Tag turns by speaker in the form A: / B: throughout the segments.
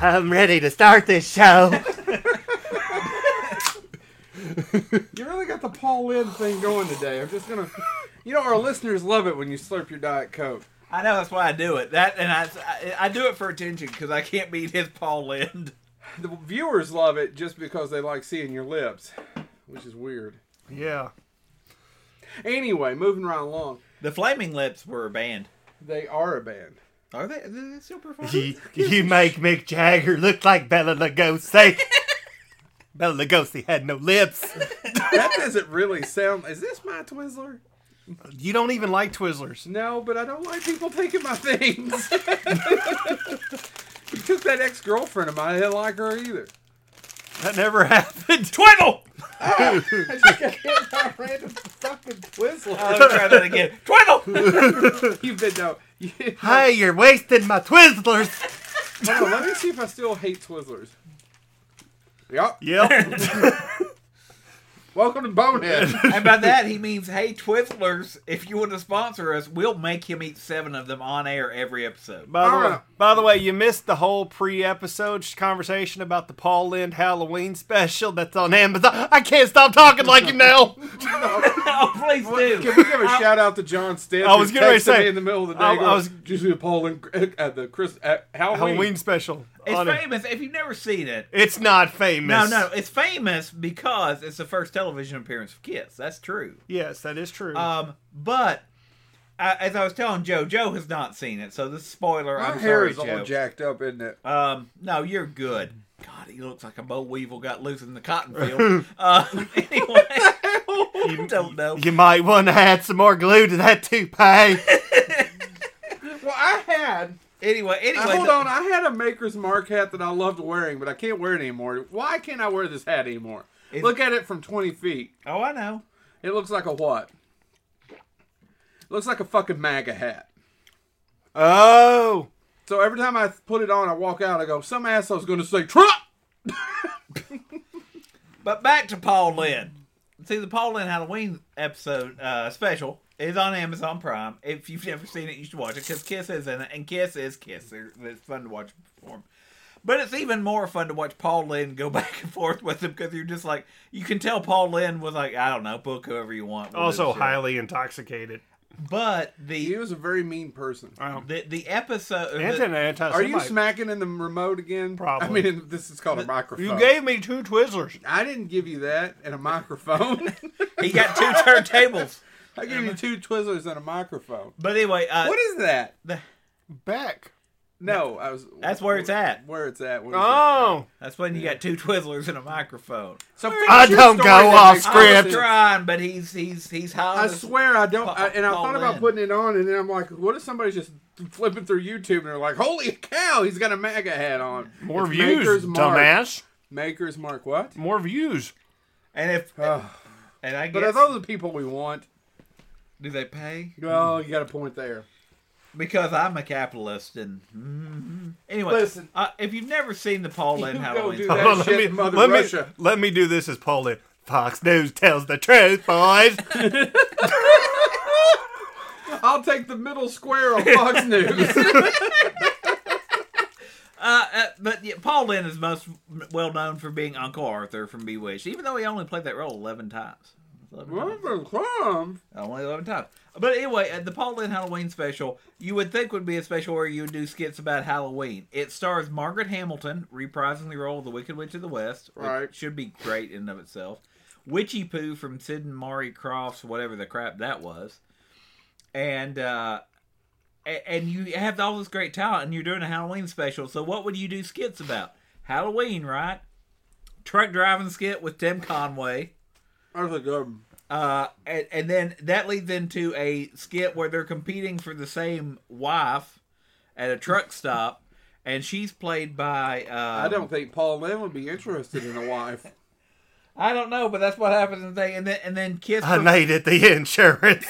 A: I'm ready to start this show.
B: You really got the Paul Lynn thing going today. I'm just gonna. You know, our listeners love it when you slurp your Diet Coke.
C: I know that's why I do it. That and I, I, I do it for attention because I can't beat his Paul Lind.
B: The viewers love it just because they like seeing your lips, which is weird.
D: Yeah.
B: Anyway, moving right along,
C: The Flaming Lips were a band.
B: they are a band.
C: Are they? Are they still performing?
A: you, you make Mick Jagger look like Bella Lugosi. Bella Lugosi had no lips.
B: That doesn't really sound. Is this my Twizzler?
D: You don't even like Twizzlers.
B: No, but I don't like people taking my things. you took that ex girlfriend of mine. I didn't like her either.
D: That never happened.
C: Twiddle.
B: I just got hit by a random fucking Twizzler.
C: I'll try that again. Twiddle.
B: You've been no. Oh, You,
A: Hey, you're wasting my Twizzlers.
B: Hold on, let me see if I still hate Twizzlers. Yup.
D: Yep.
B: Welcome to Bonehead.
C: and by that he means, hey Twizzlers, if you want to sponsor us, we'll make him eat seven of them on air every episode.
D: By the,
B: All
D: way,
B: right.
D: by the way, you missed the whole pre-episode conversation about the Paul Lind Halloween special that's on Amazon. I can't stop talking like him now.
C: oh, please do.
B: Can we give a shout out to John Stitt?
D: I was
B: who
D: getting ready to
B: texted me
D: say-
B: in the middle of the day.
D: I- I
B: going,
D: was-
B: "Did you see the Paul and at the Chris at Halloween.
D: Halloween special.
C: it's
D: on it.
C: famous. If you've never seen it,
D: It's not famous.
C: No, no, it's famous because it's the first television appearance of Kiss. That's true.
D: Yes, that is true.
C: Um, but uh, as I was telling Joe, Joe has not seen it, so this is spoiler.
B: My
C: I'm
B: hair
C: sorry,
B: is all
C: Joe.
B: jacked up, isn't it?
C: um, no, you're good. God, he looks like a boll weevil got loose in the cotton field. uh, anyway, I don't know.
A: You might want to add some more glue to that toupee.
B: Well, I had.
C: Anyway, anyway,
B: I- Uh, hold
C: the-
B: on, I had a Maker's Mark hat that I loved wearing, but I can't wear it anymore. Why can't I wear this hat anymore?
C: It-
B: Look at it from 20 feet.
C: Oh, I know.
B: It looks like a what? It looks like a fucking MAGA hat.
D: oh,
B: So every time I put it on, I walk out, I go, some asshole's going to say, Trump!
C: But back to Paul Lynn. See, the Paul Lynn Halloween episode uh, special is on Amazon Prime. If you've never seen it, you should watch it because Kiss is in it, and Kiss is Kiss. They're- It's fun to watch them perform. But it's even more fun to watch Paul Lynn go back and forth with them because you're just like, you can tell Paul Lynn was like, I don't know, book whoever you want. with
D: also
C: this shit.
D: highly intoxicated.
C: But
B: He
C: the
B: was a very mean person.
C: the, the episode. the-
D: Anton anti
B: Are you smacking in the remote again?
D: Probably.
B: I mean, in- this is called a microphone.
D: You gave me two Twizzlers.
B: I didn't give you that and a microphone.
C: he got two turntables.
B: I gave you two Twizzlers and a microphone.
C: But anyway, uh,
B: What is that?
C: the,
D: Back.
B: No, I was.
C: That's where it's at.
B: Where it's at. Where it's at.
D: Oh,
C: that's when you got two Twizzlers and a microphone.
B: So
A: I
B: finish your
A: don't
B: story
A: go
B: that
A: off
B: makes
C: I
A: script.
C: was
B: sense.
C: trying, but he's he's he's high.
B: I
C: as-
B: swear I don't. I, and I
C: Paul
B: thought about
C: Lynn.
B: putting it on, and then I'm like, what if somebody's just flipping through YouTube and they're like, holy cow, he's got a MAGA hat on.
D: more
B: It's
D: views,
B: Maker's Mark.
D: dumbass.
B: Maker's Mark, what?
D: More views.
C: And if
B: Ugh.
C: and I
B: Uh, but
C: guess
B: are those the people we want?
C: do they pay?
B: Oh, you got a point there.
C: Because I'm a capitalist, and Mhm. anyway,
B: Listen.
C: uh, if you've never seen the Paul Lynn
B: You go
C: Halloween,
B: do
C: special-
D: Hold on, let
B: That shit,
D: me
B: Mother
D: let me
B: Russia.
D: let me do this as Paulie. Fox News tells the truth, boys.
B: I'll take the middle square on Fox News.
C: uh, uh, but yeah, Paul Lynn is most well known for being Uncle Arthur from Bewitched, even though he only played that role eleven times. 11 times.
B: Remember, crumbs.
C: Uh, Only 11 times. But anyway, at the Paul Lynn Halloween special, you would think would be a special where you would do skits about Halloween. It stars Margaret Hamilton reprising the role of the Wicked Witch of the West, which
B: Right.
C: should be great in and of itself. Witchy Poo from Sid and Maury Crofts, whatever the crap that was. And, uh, a- and you have all this great talent and you're doing a Halloween special. So what would you do skits about? Halloween, right? Truck driving skit with Tim Conway.
B: That's a good one.
C: Uh, and, and then that leads into a skit where they're competing for the same wife at a truck stop, and she's played by uh,
B: I don't think Paul Lynn would be interested in a wife.
C: I don't know, but that's what happens. And they and then and then Kiss
A: I needed the insurance.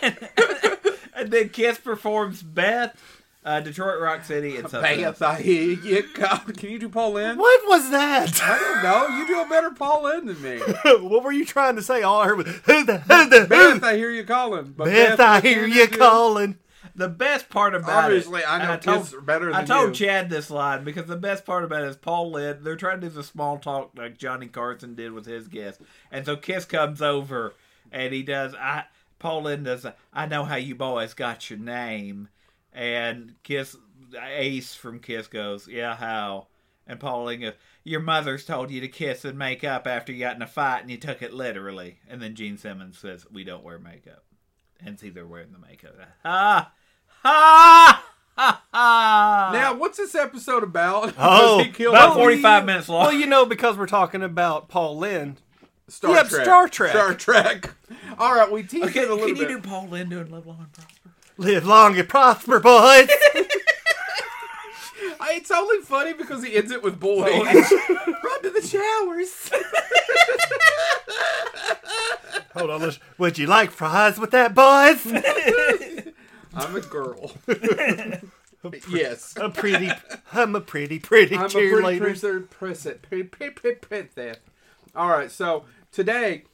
C: and then Kiss performs Beth, uh, Detroit Rock City, and something. else.
B: Bath, I hear you come. Can you do Paul Lynn?
A: What was that?
B: I don't know. You do a better Paul Lynn than me.
D: what were you trying to say? All I heard was who the who the who.
B: Beth, I hear you calling. But
A: Beth, I hear you
B: do-
A: calling.
C: the best part about
B: Obviously,
C: it.
B: I
C: and
B: know
C: told-
B: kids are better than
C: I told
B: you.
C: Chad this line because the best part about it is Paul Lynn. They're trying to do the small talk like Johnny Carson did with his guest, and so Kiss comes over and he does. I Paul Lynn does. the, I know how you boys got your name, and Kiss Ace from Kiss goes, yeah, how? And Paul Lynn goes, your mother's told you to kiss and make up after you got in a fight and you took it literally. And then Gene Simmons says, we don't wear makeup, and see they're wearing the makeup. Ah, Ha ha ha ha.
B: Now, what's this episode about?
A: Oh,
B: Because he killed
A: about
B: all
C: About
B: the-
C: 45 minutes long.
D: Well, you know, because we're talking about Paul Lynn.
B: Star
D: Yep,
B: Trek.
D: Star Trek.
B: Star Trek. All right, we teased
C: okay,
B: it a little
C: can you
B: bit.
C: do Paul Lindo and Live Long and Prosper?
A: Live long and prosper, boys.
B: I- it's only funny because he ends it with boys. Run to the showers.
A: Hold on, let's- would you like fries with that, boys?
B: I'm a girl. yes.
A: A pretty, I'm a pretty, pretty
B: I'm a pretty
A: cheerleader.
B: princess. princess- pri- pri- pri- princess. All right, so today,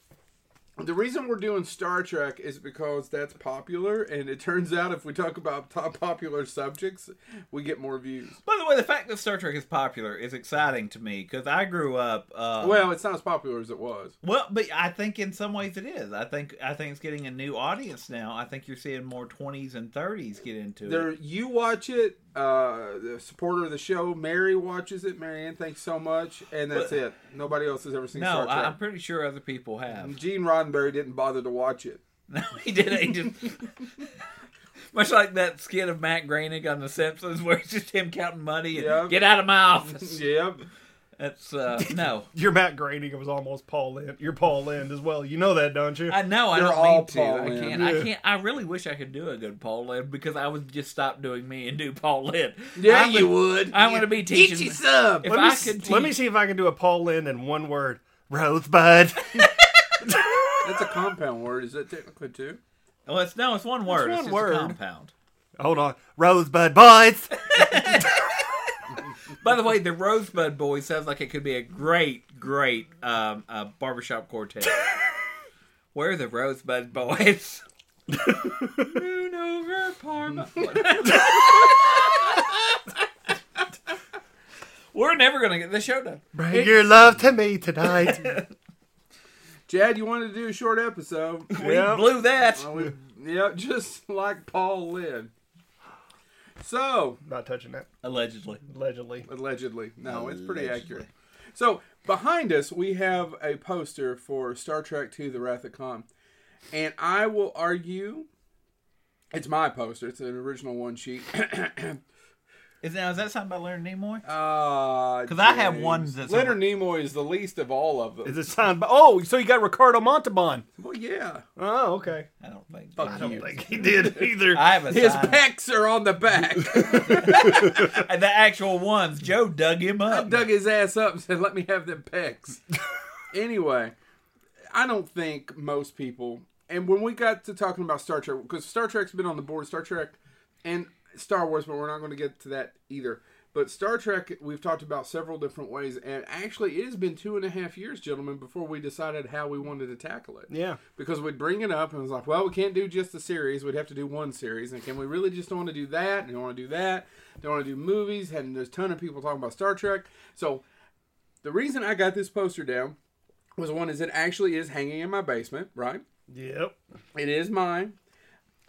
B: the reason we're doing Star Trek is because that's popular, and it turns out if we talk about top popular subjects, we get more views.
C: By the way, the fact that Star Trek is popular is exciting to me because I grew up. Um,
B: Well, it's not as popular as it was.
C: well, but I think in some ways it is. I think I think it's getting a new audience now. I think you're seeing more 20s and 30s get into
B: There,
C: it.
B: you watch it. Uh, the supporter of the show, Mary, watches it. Marianne, thanks so much, and that's it. Nobody else has ever seen
C: No,
B: Star Trek.
C: I, I'm pretty sure other people have.
B: Gene Roddenberry didn't bother to watch it.
C: No, he didn't. He just, much like that skit of Matt Groening on The Simpsons where it's just him counting money and
B: Yeah.
C: get out of my office.
B: Yep.
C: That's uh, no.
D: Your Matt Groening was almost Paul Lynn. You're Paul Lynn as well. You know that, don't you?
C: I know. I
B: They're
C: don't
B: all
C: mean to.
B: Paul
C: I
B: Lynn.
C: can't. I can't. I really wish I could do a good Paul Lynn because I would just stop doing me and do Paul Lynn.
B: Yeah,
C: I'm
B: you would.
C: I want to be teaching.
B: Get you some.
C: If
D: let, me,
C: I
D: s-
C: could teach,
D: let me see if I can do a Paul Lynn in one word. Rosebud.
B: That's a compound word. Is that technically two?
C: Well, it's no, it's one word. It's,
D: one
C: just
D: word.
C: a compound.
A: Hold on, Rosebud, boys.
C: By the way, the Rosebud Boys sounds like it could be a great, great um, uh, barbershop quartet. Where are the Rosebud Boys? Moon over Parma. We're never gonna get the show done.
A: Bring your love to me tonight.
B: Chad, you wanted to do a short episode.
C: We blew that.
B: Well, we- yeah, just like Paul Lynn. So,
D: Not touching that,
C: Allegedly.
D: allegedly.
B: allegedly. No, it's pretty
C: Allegedly.
B: accurate. So, behind us, we have a poster for Star Trek II The Wrath of Khan. And I will argue it's my poster, it's an original one sheet.
C: Is now is that something about Leonard Nimoy?
B: Uh, Because
C: I have one that's-
B: Leonard Nimoy is the least of all of them.
D: Is it signed by? Oh, so you got Ricardo Montalban.
B: Well, yeah.
D: Oh, okay.
C: I don't think.
B: Fuck
C: I
B: you.
C: don't
D: I think
C: think.
D: he did either.
C: I have a
B: His
C: sign.
B: pecs are on the back.
C: And the actual ones. Joe dug him
B: I
C: up.
B: dug his ass up and said, "Let me have them pecs." anyway, I don't think most people. And when we got to talking about Star Trek, because Star Trek's been on the board, Star Trek and Star Wars, but we're not going to get to that either. But Star Trek, we've talked about several different ways, and actually, it has been two and a half years, gentlemen, before we decided how we wanted to tackle it.
D: Yeah.
B: Because we'd bring it up and it was like, well, we can't do just a series. We'd have to do one series. And can we really just want to do that? And don't want to do that. Don't want to do movies. And there's a ton of people talking about Star Trek. So the reason I got this poster down was one is it actually is hanging in my basement, right?
D: Yep.
B: It is mine.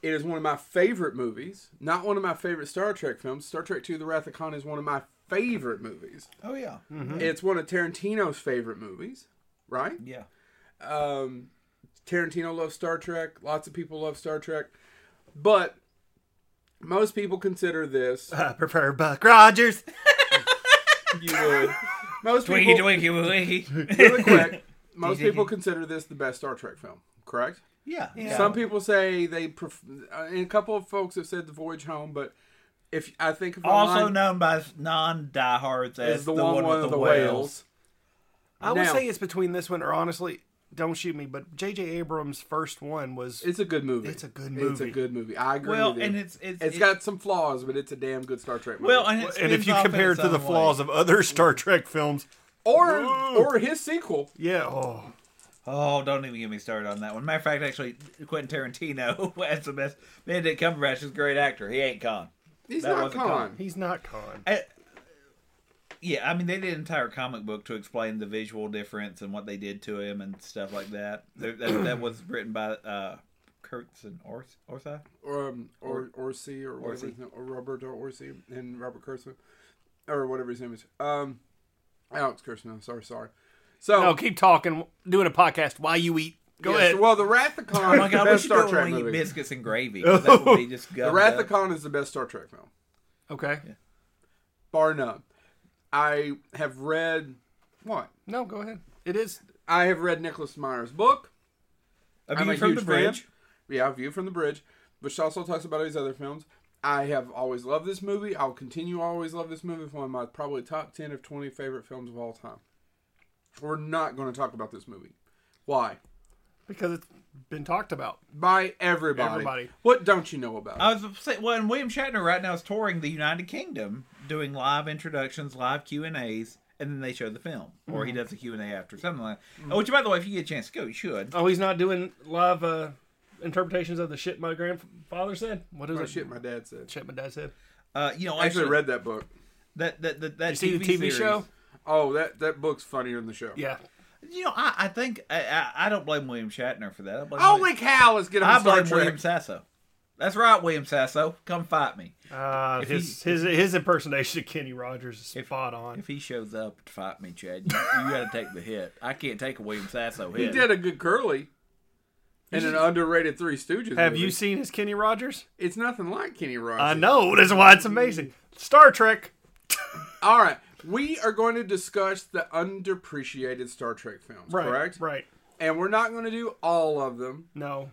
B: It is one of my favorite movies. Not one of my favorite Star Trek films. Star Trek II The Wrath of Khan is one of my favorite movies.
C: Oh yeah.
B: It's one of Tarantino's favorite movies, right?
C: Yeah.
B: um, Tarantino loves Star Trek. Lots of people love Star Trek, but most people consider this
A: I prefer Buck Rogers.
B: you would most
C: Twinkie,
B: people
C: twinkie, winkie.
B: really quick. Most people consider this the best Star Trek film. Correct.
C: Yeah. yeah.
B: Some people say they, pref- uh, and a couple of folks have said The Voyage Home, but if I think if
C: also
B: online,
C: known by non-diehards as
B: is the, one, with the, whales.
D: I would
B: Now-
D: say it's between this one or honestly, don't shoot me, but J.J. Abrams' first one was
B: It's a good movie.
D: It's a good
B: It's a
D: movie.
B: good movie. I agree.
C: Well,
B: with you.
C: and it's it's,
B: it's
C: it-
B: got some flaws, but it's a damn good Star Trek movie.
C: well, and, it
D: and if
C: spins
D: you
C: off in
D: compare it
C: its
D: to the
C: own way.
D: flaws of other Star Trek films,
B: or or his sequel,
D: yeah, oh,
C: Oh, don't even get me started on that one. Matter of fact, actually, Quentin Tarantino as the best. Benedict Cumberbatch is a great actor. He ain't con.
B: He's
C: That
B: not
C: wasn't
B: con.
A: He's not con.
C: Yeah, I mean, they did an entire comic book to explain the visual difference and what they did to him and stuff like that. There, that, that was written by uh, Kurtz and Ors- Orsi.
B: um, or Orsi or whatever
C: Orsi.
B: his name, or Roberto Orsi and Robert Kurtzman, or whatever his name is. Um, Alex Kurtzman. Sorry, sorry. So
D: No, keep talking. Doing a podcast while you eat. Go
B: yes,
D: ahead.
B: Well, the Wrath of Khan.
C: Oh my
B: is the
C: god, we
B: best
C: should
B: Star
C: do
B: Trek
C: it when we eat
B: movie.
C: biscuits and gravy. 'cause That would be just
B: The
C: gummed
B: Wrath
C: up.
B: of Khan is the best Star Trek film,
D: okay.
B: bar none. I have read what
D: No, go ahead. It is.
B: I have read Nicholas Meyer's book.
C: A
B: I'm
C: View
B: a
C: from
B: huge
C: the bridge.
B: Fan. Yeah, View from the Bridge, which also talks about his other films. I have always loved this movie. I'll continue to always love this movie. It's one of my probably top 10 of 20 favorite films of all time. We're not going to talk about this movie. Why?
D: Because it's been talked about.
B: By everybody.
D: Everybody.
B: What don't you know about it?
C: I was upset. Well, and William Shatner right now is touring the United Kingdom, doing live introductions, live Q and A's, and then they show the film, or
B: Mm-hmm.
C: he does a Q and A after something like. that. Which, by the way, if you get a chance to go, you should.
D: Oh, he's not doing live uh, interpretations of the shit my grandfather said. What is
B: Oh,
D: it?
B: shit, my dad said.
D: Shit my dad said.
C: Uh, you know,
B: I actually
C: actually,
B: read that book.
C: that that that, that
D: You see the TV
C: series.
D: show?
B: Oh, that, that book's funnier than the show.
D: Yeah.
C: You know, I, I think I, I, I don't blame William Shatner for that. I blame
B: Holy
C: William,
B: cow, let's get on
C: I
B: Oh, Star
C: blame
B: Trek.
C: William Sasso. That's right, William Sasso. Come fight me
D: Uh,
C: he-
D: his, his his impersonation of Kenny Rogers is spot on.
C: if he shows up to fight me, Chad. You, you got to take the hit. I can't take a William Sasso hit.
B: He did a good curly and an underrated Three Stooges
D: Have
B: movie.
D: you seen his Kenny Rogers?
B: It's nothing like Kenny Rogers.
D: I know. That's why it's amazing. Star Trek.
B: All right. We are going to discuss the underappreciated Star Trek films,
D: Right.
B: correct?
D: Right.
B: And we're not going to do all of them,
D: No.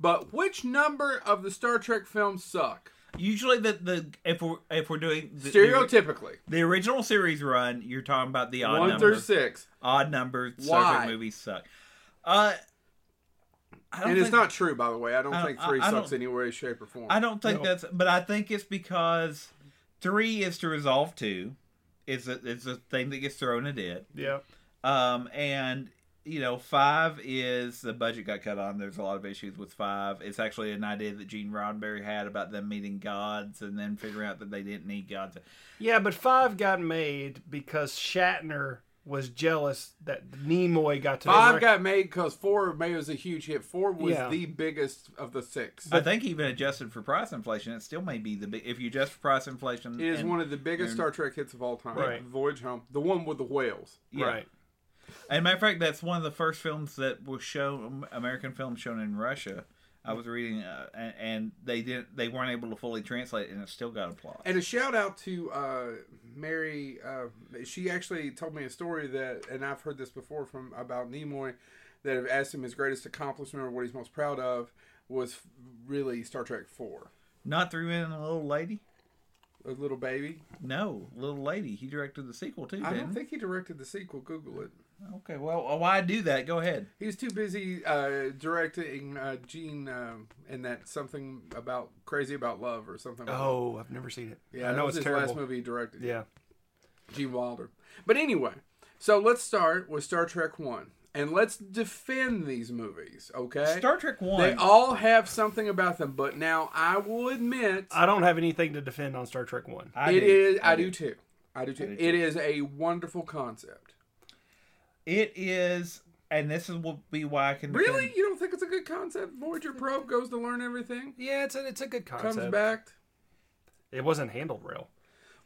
B: but which number of the Star Trek films suck?
C: Usually, the, the if we're if we're doing the,
B: Stereotypically,
C: the original series run, you're talking about the odd
B: one through
C: numbers.
B: six.
C: Odd numbers. Star Trek
B: Why?
C: movies suck. Uh, I don't
B: And it's
C: think-
B: not true, by the way. I don't
C: I don't-
B: think three
C: I- I
B: sucks
C: don't-
B: any way, shape, or form.
C: I don't think that's, but I think it's because three is to resolve two, is a is a thing that gets thrown at it.
D: Yeah.
C: Um, and you know, five is the budget got cut on. There's a lot of issues with five. It's actually an idea that Gene Roddenberry had about them meeting gods and then figuring out that they didn't need gods.
D: Yeah, but five got made because Shatner was jealous that Nimoy got to.
B: Five got made because four May was a huge hit. Four was
D: Yeah.
B: the biggest of the six.
C: I think even adjusted for price inflation, it still may be the big. If you adjust for price inflation,
B: it is
C: and-
B: one of the biggest
C: and-
B: Star Trek hits of all time.
D: Right.
B: Voyage Home, the one with the whales.
C: yeah.
D: right.
C: And matter of fact, that's one of the first films that was shown American films shown in Russia. I was reading, uh, and, and they didn't. They weren't able to fully translate, it, and it still got applause.
B: And a shout out to uh, Mary. Uh, she actually told me a story that, and I've heard this before from about Nimoy, that have asked him his greatest accomplishment or what he's most proud of was really Star Trek Four.
C: Not through in a little lady.
B: A little baby.
C: No, little lady. He directed the sequel too.
B: I
C: didn't
B: don't
C: he?
B: think he directed the sequel. Google it.
C: Okay, well, uh, why do that? Go ahead.
B: He was too busy uh, directing uh, Gene um, in that something about crazy about love or something. like
D: Oh, I've never seen it.
B: that. yeah,
D: I
B: that
D: know
B: was
D: it's
B: his
D: terrible.
B: last movie he directed.
D: Yeah.
B: Gene Wilder. But anyway, so let's start with Star Trek One, and let's defend these movies. Okay,
C: Star Trek One.
B: they all have something about them, but now I will admit
D: I don't have anything to defend on Star Trek One.
C: I
B: it
C: do.
B: is. I, do too. I do too.
C: do
B: It is a wonderful concept.
C: It is, and this is will be why I can defend-
B: Really, you don't think it's a good concept? Voyager probe goes to learn everything,
D: Yeah, it's a it's a good
B: comes
D: concept.
B: back.
D: It wasn't handled real.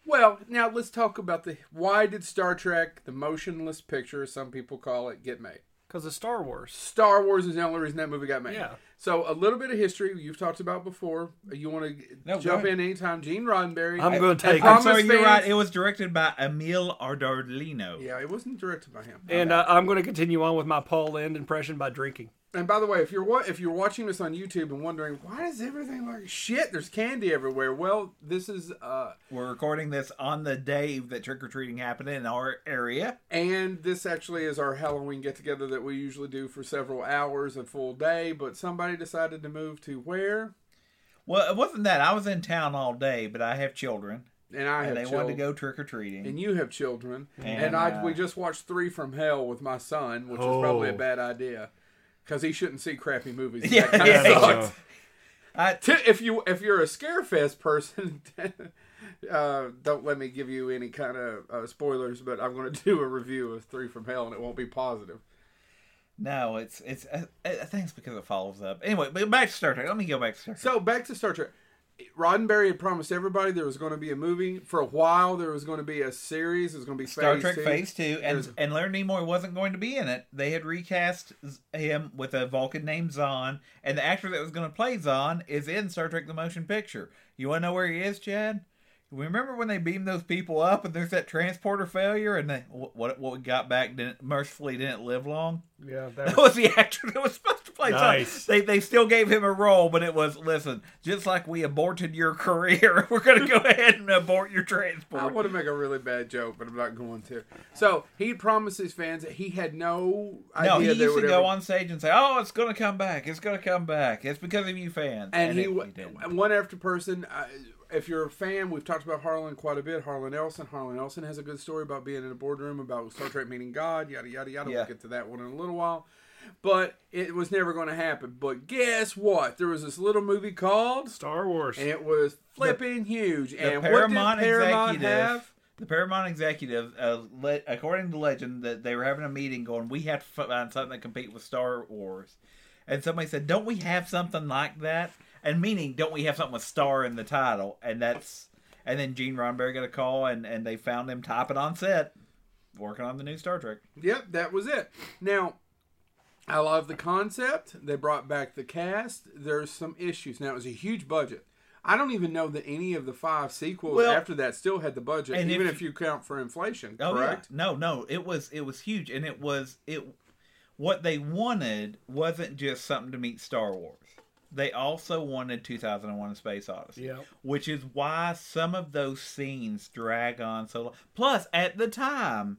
B: Well, now let's talk about the why did Star Trek, the motionless picture, as some people call it, get made?
D: Because of Star Wars.
B: Star Wars is the only reason that movie got made.
D: Yeah.
B: So a little bit of history you've talked about before. You want to
C: No, go
B: jump
C: ahead.
B: in anytime. Gene Roddenberry.
D: I'm going to take
B: I-
D: it.
C: I'm sorry,
B: Thomas
C: you're right.
B: Vance-
C: It was directed by Emil Ardolino.
B: yeah, it wasn't directed by him.
D: And uh, I'm going to continue on with my Paul Lind impression by drinking.
B: And by the way, if you're wa- if you're watching this on YouTube and wondering why does everything like shit, there's candy everywhere. Well, this is uh,
C: We're recording this on the day that trick or treating happened in our area.
B: and this actually is our Halloween get together that we usually do for several hours, a full day. But somebody decided to move to where?
C: Well, it wasn't that I was in town all day, but I have children,
B: and I have
C: and they
B: children,
C: wanted to go trick or treating.
B: and you have children, and,
C: And,
B: I
C: uh,
B: we just watched Three from Hell with my son, which was
A: Oh.
B: probably a bad idea because he shouldn't see crappy movies.
C: Yeah,
B: That kinda
C: yeah,
A: So,
B: sucks.
C: I,
B: Ti- if you if you're a scarefest person, uh, don't let me give you any kind of uh, spoilers. But I'm going to do a review of Three from Hell, and it won't be positive.
C: no, it's it's. I, I think it's because it follows up. Anyway, but back to Star Trek. Let me go back to Star Trek.
B: So back to Star Trek. Roddenberry had promised everybody there was going to be a movie for a while. There was going to be a series. It was going to be
C: Star
B: phase
C: Trek
B: two.
C: Phase Two, and
B: There's-
C: and Leonard Nimoy wasn't going to be in it. They had recast Z- him with a Vulcan named Zahn, and the actor that was going to play Zahn is in Star Trek: The Motion Picture. You want to know where he is, Chad? Remember when they beamed those people up, and there's that transporter failure, and they, wh- what what we got back didn't mercifully didn't live long.
A: yeah,
C: That
A: that
C: was the actor that was supposed to play. Zahn.
A: Nice.
C: They they still gave him a role, but it was listen, just like we aborted your career, we're going to go ahead and abort your transport.
B: I want to make a really bad joke, but I'm not going to. So he promised his fans that he had no idea
C: No, he
B: they
C: used
B: would
C: to
B: ever-
C: go on stage and say, "Oh, it's gonna come back. It's gonna come back. It's because of you fans."
B: and he,
C: it-
B: w
C: didn't.
B: one after person. Uh, if you're a fan, we've talked about Harlan quite a bit. Harlan Ellison. Harlan Ellison has a good story about being in a boardroom about Star Trek meeting God. Yada yada yada. We'll
C: Yeah.
B: get to that one in a little while. But it was never going to happen. But guess what? There was this little movie called,
A: Star Wars.
B: and it was flipping huge.
C: the
B: and what
C: Paramount
B: did Paramount
C: executive,
B: have?
C: the Paramount executive, uh, le- according to legend, that they were having a meeting going, "We have to find something to compete with Star Wars," and somebody said, "Don't we have something like that?" And meaning, don't we have something with Star in the title? And that's and then Gene Roddenberry got a call, and and they found him typing on set, working on the new Star Trek.
B: Yep, that was it. Now, I love the concept. They brought back the cast. There's some issues. Now, it was a huge budget. I don't even know that any of the five sequels
C: Well-
B: after that still had the budget,
C: And
B: even if,
C: if-
B: you count for inflation,
C: Oh
B: correct?
C: yeah. No, no, it was it was huge, and it was it. What they wanted wasn't just something to meet Star Wars. They also wanted 2001: A Space Odyssey,
A: Yep.
C: which is why some of those scenes drag on so long. Plus, at the time,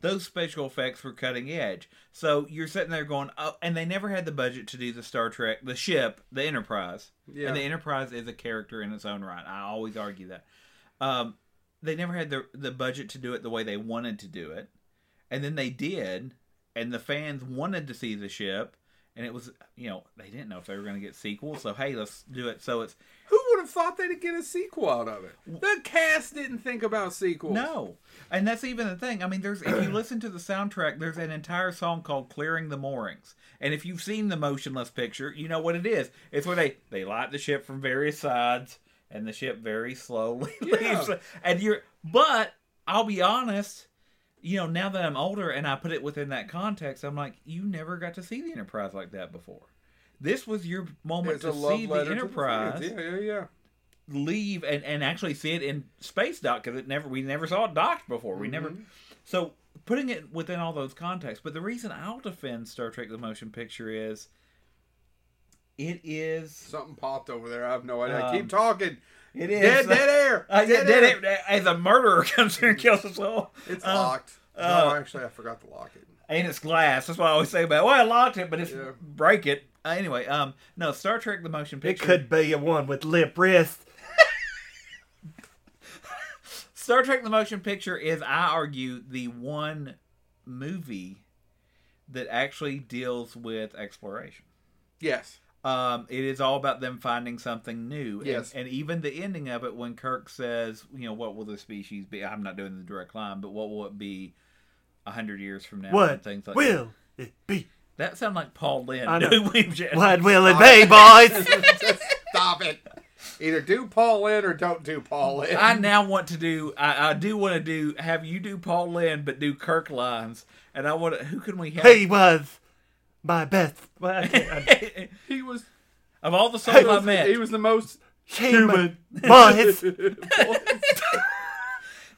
C: those special effects were cutting edge. So you're sitting there going, "Oh!" And they never had the budget to do the Star Trek, the ship, the Enterprise.
B: Yeah.
C: And the Enterprise is a character in its own right. I always argue that. Um, they never had the the budget to do it the way they wanted to do it, and then they did, and the fans wanted to see the ship, and it was you know they didn't know if they were going to get sequels. So hey, let's do it. So it's
B: Who would have thought they'd get a sequel out of it? The cast didn't think about sequels.
C: No, and that's even the thing. I mean, there's if you listen to the soundtrack, there's an entire song called "Clearing the Moorings," and if you've seen the motionless picture, you know what it is. It's where they they light the ship from various sides, and the ship very slowly
B: Yeah.
C: leaves. And you're, but I'll be honest. You know, now that I'm older and I put it within that context, I'm like, you never got to see the Enterprise like that before. This was your moment
B: It's a
C: to
B: love
C: see the
B: letter to
C: Enterprise
B: the fans. yeah, yeah, yeah.
C: leave and, and actually see it in space dock because it never we never saw it docked before. We never so putting it within all those contexts. But the reason I'll defend Star Trek: The Motion Picture is it is
B: Something popped over there. I have no idea.
C: Um,
B: Keep talking.
C: it is
B: Dead, dead air.
C: Uh, yeah,
B: Dead air.
C: dead air, as a murderer comes in and kills us all.
B: It's
C: Uh,
B: locked. no,
C: uh,
B: actually, I forgot to lock it.
C: and it's glass. That's what I always say about. It. Well, I locked it, but it's
B: Yeah.
C: break it Uh, anyway. Um, no, Star Trek: The Motion
A: it
C: Picture.
A: could be a one with lip wrist.
C: Star Trek the Motion Picture is, I argue, the one movie that actually deals with exploration.
B: Yes.
C: Um, it is all about them finding something new. And-
B: Yes.
C: And, even the ending of it, when Kirk says, you know, what will the species be? I'm not doing the direct line, but what will it be a 100 years from now? and
A: What
C: things like That,
A: will it be?
C: that sounded like Paul Lynn.
A: I know.
C: doing William Shatner.
A: What will it be, boys?
B: Just stop it. Either do Paul in or don't do Paul in.
C: I now want to do. I, I do want to do. Have you do Paul Lynn, but do Kirk lines. And I want to. Who can we have?
A: he was my best. Well, I can't- I-
B: he was
C: Of all the souls I
B: he
C: met.
B: was the most
A: human boys.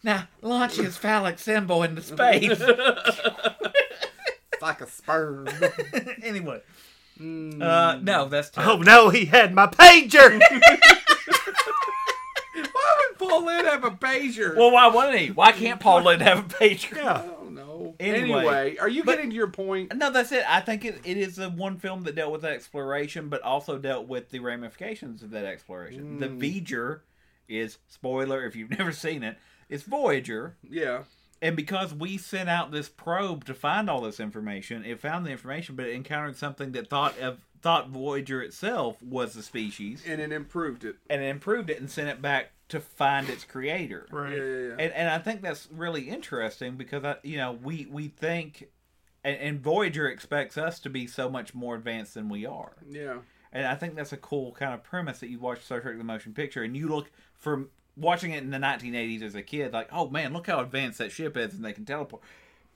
C: Now, launch his phallic symbol into space.
B: like a sperm.
C: anyway. Uh, no, that's
A: Oh
C: terrible.
A: no, he had my pager.
B: Why would Paul Lynn have a pager?
C: Well, why wouldn't he? Why can't Paul Lynn have a pager?
B: I
A: yeah.
B: don't know. Anyway,
C: Anyway.
B: are you
C: But-
B: getting to your point?
C: No, that's it. I think it, it is the one film that Mm. dealt with exploration, but also dealt with the ramifications of that exploration. The V'ger is spoiler if you've never seen it. It's Voyager,
B: Yeah.
C: and because we sent out this probe to find all this information, it found the information, but it encountered something that thought of thought Voyager itself was the species,
B: And it improved it.
C: and it improved it and sent it back to find its creator.
B: Yeah, yeah, yeah.
C: And, and I think that's really interesting because I, you know, we we think, and, and Voyager expects us to be so much more advanced than we are,
B: yeah.
C: and I think that's a cool kind of premise that you watch Star Trek: The Motion Picture, and you look from watching it in the 1980s as a kid, like, oh man, look how advanced that ship is, and they can teleport.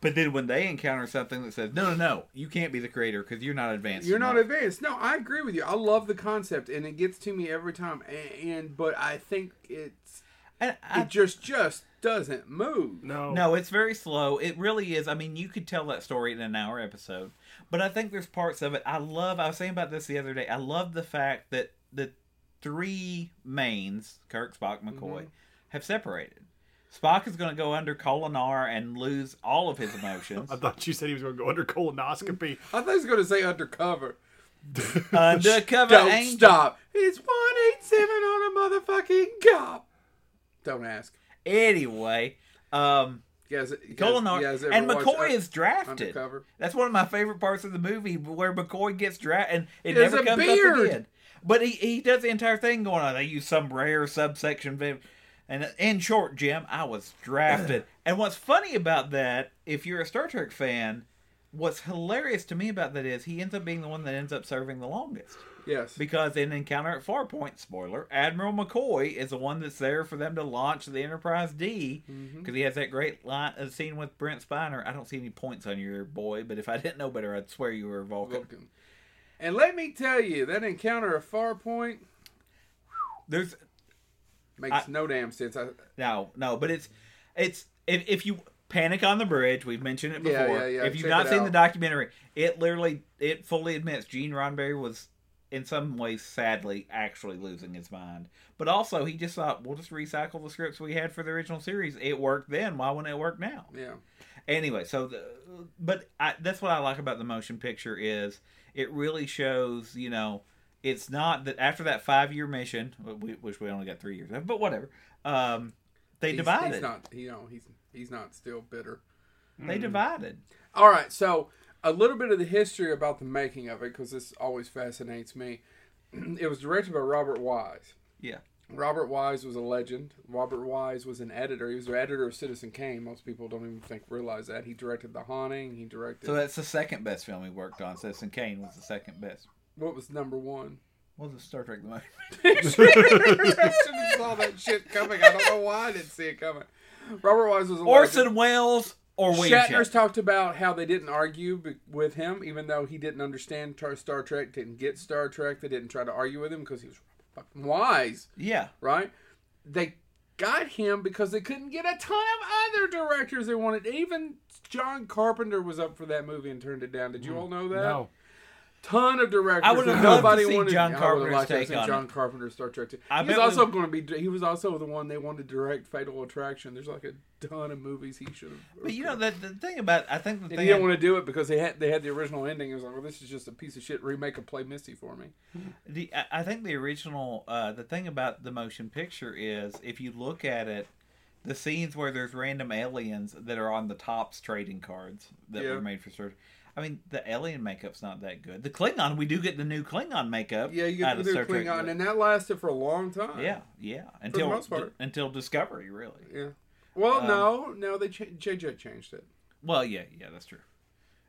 C: But then when they encounter something that says, no, no, no, you can't be the creator because you're not advanced.
B: You're not
C: enough."
B: advanced. No, I agree with you. I love the concept, and it gets to me every time. And, and but I think it's
C: And I
B: it just just doesn't move.
A: No.
C: No, it's very slow. It really is. I mean, you could tell that story in an hour episode, but I think there's parts of it I love. I was saying about this the other day. I love the fact that the three mains, Kirk, Spock, McCoy,
B: Mm-hmm.
C: have separated. Spock is going to go under colonar and lose all of his emotions.
D: I thought you said he was going to go under colonoscopy.
B: I thought he's going to say undercover.
C: Undercover
B: Don't
C: angel.
B: stop. It's one eight seven on a motherfucking cop. Don't ask.
C: Anyway, um,
B: You guys, you guys-
C: colonar
B: you guys ever
C: and
B: watch
C: McCoy
B: Un-
C: is drafted.
B: undercover.
C: That's one of my favorite parts of the movie where McCoy gets drafted and it
B: He has
C: never
B: a
C: comes up
B: beard.
C: again. But he, he does the entire thing going on. They use some rare subsection. of it. And in short, Jim, I was drafted. and what's funny about that, if you're a Star Trek fan, what's hilarious to me about that is he ends up being the one that ends up serving the longest.
B: Yes.
C: Because in Encounter at Farpoint, spoiler, Admiral McCoy is the one that's there for them to launch the Enterprise D because he has that great line, uh, scene with Brent Spiner. I don't see any points on your boy, but if I didn't know better, I'd swear you were a Vulcan.
B: Vulcan. And let me tell you, that encounter at Farpoint
C: There's
B: makes no damn sense. I,
C: no, no, but it's it's if, if you panic on the bridge, we've mentioned it before.
B: Yeah, yeah, yeah,
C: If you've
B: check
C: not
B: it
C: seen the
B: out.
C: documentary, it literally it fully admits Gene Roddenberry was in some ways sadly actually losing his mind. But also he just thought, we'll just recycle the scripts we had for the original series. It worked then, why wouldn't it work now?
B: yeah.
C: anyway so the, but I, that's what i like about the motion picture is it really shows you know it's not that after that five year mission we- which we only got three years of but whatever um they
B: He's,
C: divided
B: he's not, Mm-hmm. you know, he's he's not still bitter.
C: they divided
B: All right, so a little bit of the history about the making of it because this always fascinates me. It was directed by Robert Wise.
C: yeah
B: Robert Wise was a legend. Robert Wise was an editor. He was the editor of Citizen Kane. Most people don't even think realize that he directed The Haunting. He directed
C: so that's the second best film he worked on citizen kane was the second best
B: what was number one.
C: what was Star Trek the Motion?
B: I should have saw that shit coming. I don't know why I didn't see it coming. Robert Wise was a legend.
C: Orson Welles or William
B: Shatner's
C: Shatner?
B: talked about how they didn't argue be- with him, even though he didn't understand tar- Star Trek, didn't get Star Trek. They didn't try to argue with him because he was fucking wise,
C: Yeah,
B: right? They got him because they couldn't get a ton of other directors they wanted. Even John Carpenter was up for that movie and turned it down. Did you all know that?
D: No.
B: Ton of directors.
C: I would've
B: that
C: loved to
B: nobody
C: see
B: wanted-
C: John
B: I would've
C: Carpenter's
B: liked to
C: take
B: see
C: on
B: John
C: it.
B: Carpenter's Star Trek. Too.
C: I
B: He was
C: bet we-
B: also going to be. He was also the one they wanted to direct Fatal Attraction. There's like a ton of movies he should have.
C: but you know the, the thing about I think the
B: And
C: thing
B: he didn't want to do it because they had they had the original ending. It was like, well, this is just a piece of shit remake of Play Misty for me.
C: The, I- I think the original, uh, the thing about the motion picture is if you look at it, the scenes where there's random aliens that are on the tops trading cards that
B: Yeah.
C: were made for Star I mean, the alien makeup's not that good. The Klingon, we do get the new Klingon makeup.
B: Yeah, you get
C: out
B: the
C: of
B: new
C: Star Trek,
B: Klingon,
C: but-
B: and that lasted for a long time.
C: yeah, yeah, until
B: most part.
C: until Discovery, really.
B: yeah.
C: Um,
B: Well, no, no, they ch- JJ changed it.
C: Well, yeah, yeah, that's true.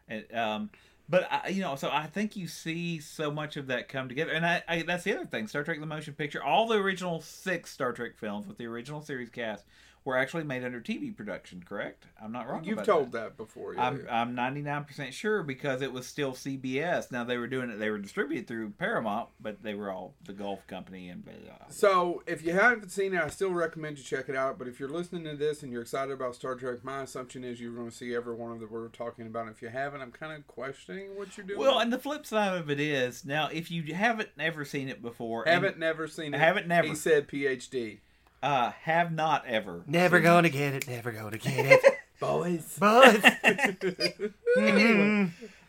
C: And, um, but I, you know, so I think you see so much of that come together, and I, I that's the other thing. Star Trek: The Motion Picture, all the original six Star Trek films with the original series cast were actually made under TV production. Correct? I'm not wrong.
B: You've
C: about
B: told
C: that.
B: that, before. Yeah,
C: I'm I'm 99 percent sure because it was still CBS. Now they were doing it. They were distributed through Paramount, but they were all the Gulf Company and blah, blah, blah.
B: So, if you haven't seen it, I still recommend you check it out. But if you're listening to this and you're excited about Star Trek, my assumption is you're going to see every one of the we're talking about. If you haven't, I'm kind of questioning what you're doing.
C: Well, and the flip side of it is now if you haven't ever seen it before, and,
B: haven't never seen it.
C: Haven't never.
B: He said PhD.
C: uh, have not ever
A: Never
C: seen
A: gonna get it. Never gonna get it.
B: Boys.
A: But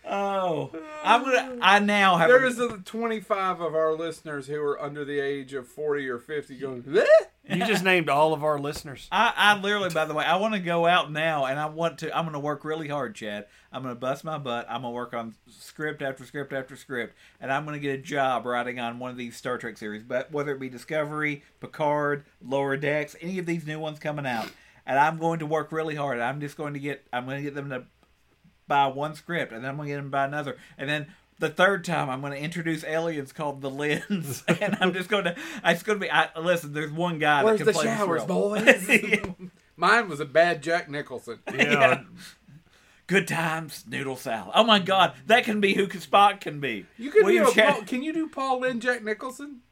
C: Oh, I'm gonna. I now have.
B: There
C: A,
B: is a 25 of our listeners who are under the age of 40 or 50 going, "Eh?"
D: You just named all of our listeners.
C: I, I literally, by the way, I want to go out now and I want to. I'm going to work really hard, Chad. I'm going to bust my butt. I'm going to work on script after script after script, and I'm going to get a job writing on one of these Star Trek series, but whether it be Discovery, Picard, Lower Decks, any of these new ones coming out, and I'm going to work really hard. I'm just going to get. I'm going to get them to buy one script, and then I'm going to get them to buy another, and then. The third time, I'm going to introduce aliens called the Lens, and I'm just going to. It's going to be. I, listen, there's one guy
B: Where's
C: that
B: the
C: can play this
B: showers,
C: role.
B: boys? Mine was a bad Jack Nicholson.
D: Yeah.
C: Good times, noodle salad. Oh my God, that can be who Spock can be.
B: You could
C: William
B: do a
C: Shat-
B: Paul, can you do Paul Lynn Jack Nicholson?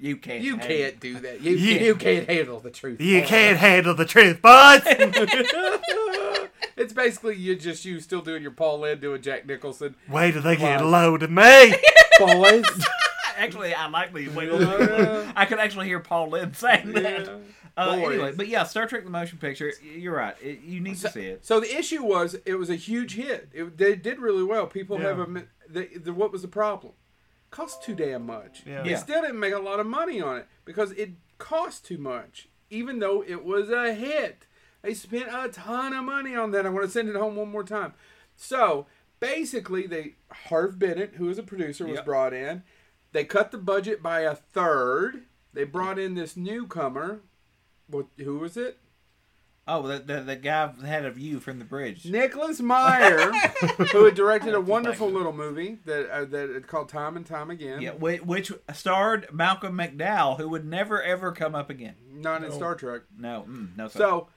C: You can't.
B: You
C: hang.
B: can't do that. You,
D: You-
B: can't, you can't handle the truth.
D: You
B: Paul.
D: can't handle the truth, bud.
B: It's basically you just you still doing your Paul Lynn doing Jack Nicholson.
D: Wait till they get
B: Wow.
D: a load of me.
B: Boys.
C: Actually, I like the way
B: Yeah.
C: I could actually hear Paul Lynn saying that.
B: Yeah.
C: Uh,
B: Boys.
C: anyway, but yeah, Star Trek the motion picture. y- You're right. It, you need to see it.
B: So the issue was it was a huge hit. It, they did really well. People have a mi- the, the, what was the problem? Cost too damn much.
D: Yeah.
B: They
C: Yeah.
B: still didn't make a lot of money on it because it cost too much, even though it was a hit. They spent a ton of money on that. I want to send it home one more time. So basically, they Harv Bennett, who is a producer, was
C: Yep.
B: brought in. They cut the budget by a third. They brought in this newcomer. What? Who was it?
C: Oh, the, the the guy had a view from the bridge.
B: Nicholas Meyer, who had directed a wonderful little movie that uh, that it called Time and Time Again,
C: Yeah, whi- which starred Malcolm McDowell, who would never ever come up again.
B: not in Star Trek.
C: No, mm, no. sir.
B: So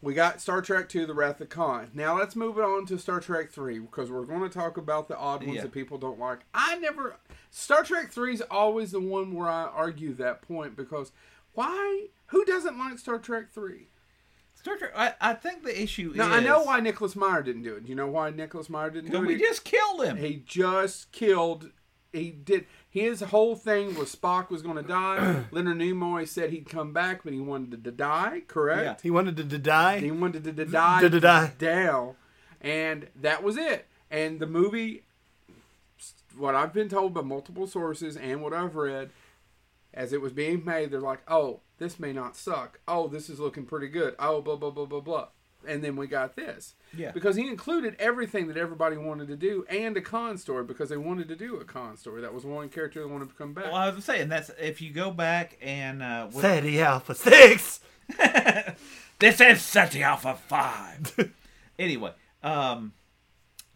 B: we got Star Trek Two: The Wrath of Khan. Now let's move it on to Star Trek Three because we're going to talk about the odd ones
C: Yeah.
B: that people don't like. I never Star Trek Three is always the one where I argue that point because why? Who doesn't like Star Trek Three?
C: Star Trek. I, I think the issue
B: Now
C: is.
B: I know why Nicholas Meyer didn't do it. You know why Nicholas Meyer didn't do it?
C: We just killed him.
B: He just killed. He did. His whole thing was Spock was going to die. Leonard Nimoy said he'd come back, but he wanted to die. Correct.
D: He wanted to d-
B: He
D: die.
B: wanted to die,
D: To die.
B: down, and that was it. And the movie, what I've been told by multiple sources and what I've read, as it was being made, they're like, "Oh, this may not suck. Oh, this is looking pretty good. Oh, blah blah blah blah blah." And then we got this.
C: Yeah.
B: Because he included everything that everybody wanted to do and a con story because they wanted to do a con story. That was one character they wanted to come back.
C: Well, I was saying that's if you go back and uh, with-
D: Fatty Alpha Six.
C: this is Seti Alpha Five. anyway, um,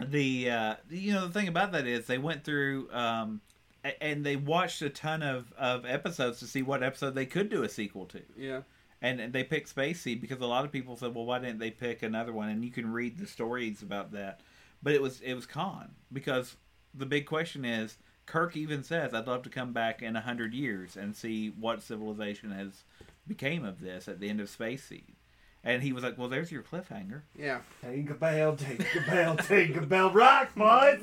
C: the uh, you know the thing about that is they went through um, a- and they watched a ton of of episodes to see what episode they could do a sequel to,
B: Yeah.
C: and, and they picked Space Seed because a lot of people said, well, why didn't they pick another one? And you can read the stories about that, but it was it was Khan because the big question is. Kirk even says, "I'd love to come back in a hundred years and see what civilization has became of this at the end of Space Seed." And he was like, "Well, there's your cliffhanger."
B: Yeah.
D: Tingle bell, tingle bell, tingle bell, rock, boys.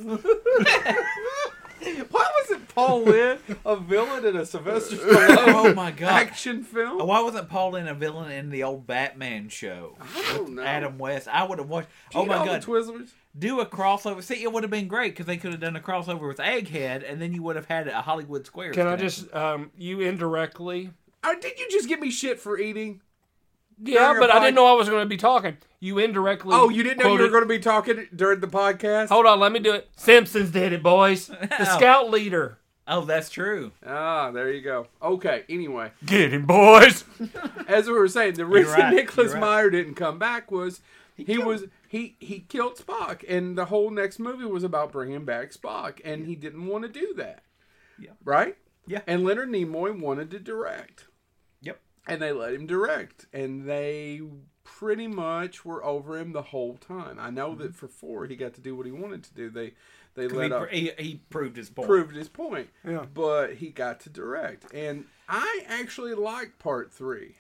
B: Why wasn't Paul Lynn a villain in a Sylvester Stallone
C: oh my god!
B: action film?
C: Why wasn't Paul in a villain in the old Batman show?
B: I don't know.
C: Adam West. I would have watched.
B: Do you
C: oh my
B: know
C: god!
B: The Twizzlers?
C: do a crossover. See, it would have been great because they could have done a crossover with Egghead, and then you would have had a Hollywood Squares.
D: Can I
C: connection.
D: just, um, you indirectly?
B: Or Uh, did you just give me shit for eating?
D: Yeah,
B: During
D: but
B: your
D: I didn't
B: pod-
D: know I was going to be talking. You indirectly.
B: Oh, you didn't know you were
D: quoted-
B: going to be talking during the podcast?
C: Oh.
D: Hold on, let me do it. Simpsons did it, boys. The
C: Ow.
D: scout leader.
C: Oh, that's true.
B: Ah, there you go. Okay, anyway.
D: Get him, boys.
B: as we were saying, the reason
C: right,
B: Nicholas
C: you're right.
B: Meyer didn't come back was he, was he he killed Spock, and the whole next movie was about bringing back Spock, and he didn't want to do that.
C: Yeah.
B: Right.
C: Yeah.
B: And Leonard Nimoy wanted to direct,
C: Yep.
B: and they let him direct, and they pretty much were over him the whole time. I know
C: Mm-hmm.
B: that for four, he got to do what he wanted to do. They they
C: He,
B: let
C: pr-
B: up
C: he, he proved his point.
B: proved his point.
D: Yeah.
B: But he got to direct, and I actually like part three.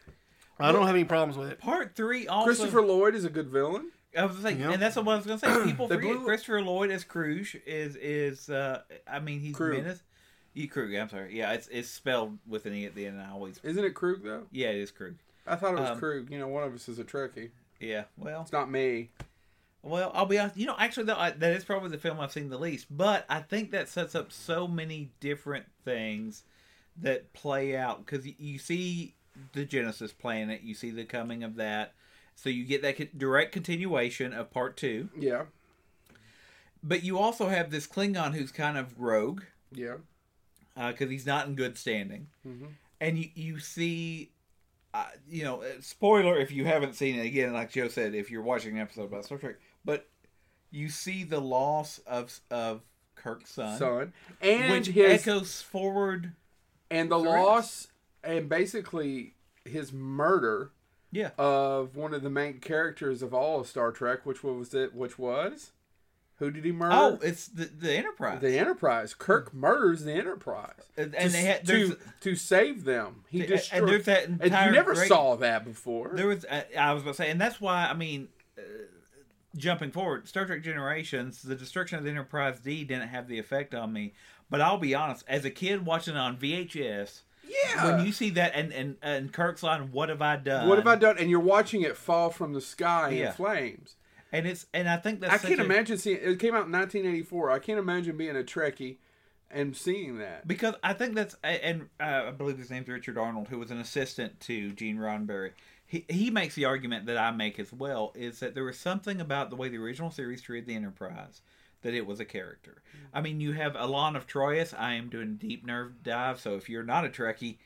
D: I don't have any problems with it.
C: Part three also.
B: Christopher Lloyd is a good villain.
C: I was like,
D: Yeah.
C: and that's what I was gonna say. People
B: They
C: forget
B: blew-
C: Christopher Lloyd as Scrooge is is. Uh, I mean, he's
B: Krug.
C: menace. You Krug. I'm sorry. Yeah, it's it's spelled with an e at the end. And I always.
B: Isn't it Krug though?
C: Yeah, it is Krug.
B: I thought it was
C: Um,
B: Krug. You know, one of us is a Trekkie.
C: Yeah. Well.
B: It's not me.
C: Well, I'll be honest. You know, actually, though, I, that is probably the film I've seen the least. But I think that sets up so many different things that play out because you, see the Genesis planet. You see the coming of that. So you get that co- direct continuation of part two.
B: Yeah.
C: But you also have this Klingon who's kind of rogue
B: Yeah.
C: because uh, he's not in good standing.
B: Mhm.
C: And you, you see, uh, you know, uh, spoiler if you haven't seen it again, like Joe said, if you're watching an episode about Star Trek, but you see the loss of of Kirk's son,
B: Son. And
C: which
B: his
C: echoes forward.
B: and the
C: Correct.
B: loss and basically his murder
C: Yeah.
B: of one of the main characters of all of Star Trek, which was it which was? Who did he
C: Oh,
B: murder?
C: it's the the Enterprise.
B: the Enterprise. Kirk murders the Enterprise.
C: and and they had there's,
B: to, to save them. He
C: And- and
B: destroyed
C: there's that entire
B: you never
C: great-
B: saw that before.
C: there was I, I was about to say, and that's why I mean, uh, jumping forward, Star Trek Generations, the destruction of the Enterprise D didn't have the effect on me. But I'll be honest, as a kid watching on VHS,
B: yeah.
C: when you see that and and and Kirk's line, "What have I done?"
B: what have I done? And you're watching it fall from the sky
C: Uh, Yeah.
B: in flames.
C: And it's and I think that's
B: I
C: such
B: can't
C: a-
B: imagine seeing. It came out in 1984. I can't imagine being a Trekkie and seeing that.
C: because I think that's and uh, I believe his name's Richard Arnold, who was an assistant to Gene Roddenberry. He, he makes the argument that I make as well is that there was something about the way the original series treated the Enterprise that it was a character. I mean, you have Alon of Troyes. I am doing a deep nerve dive, so if you're not a Trekkie,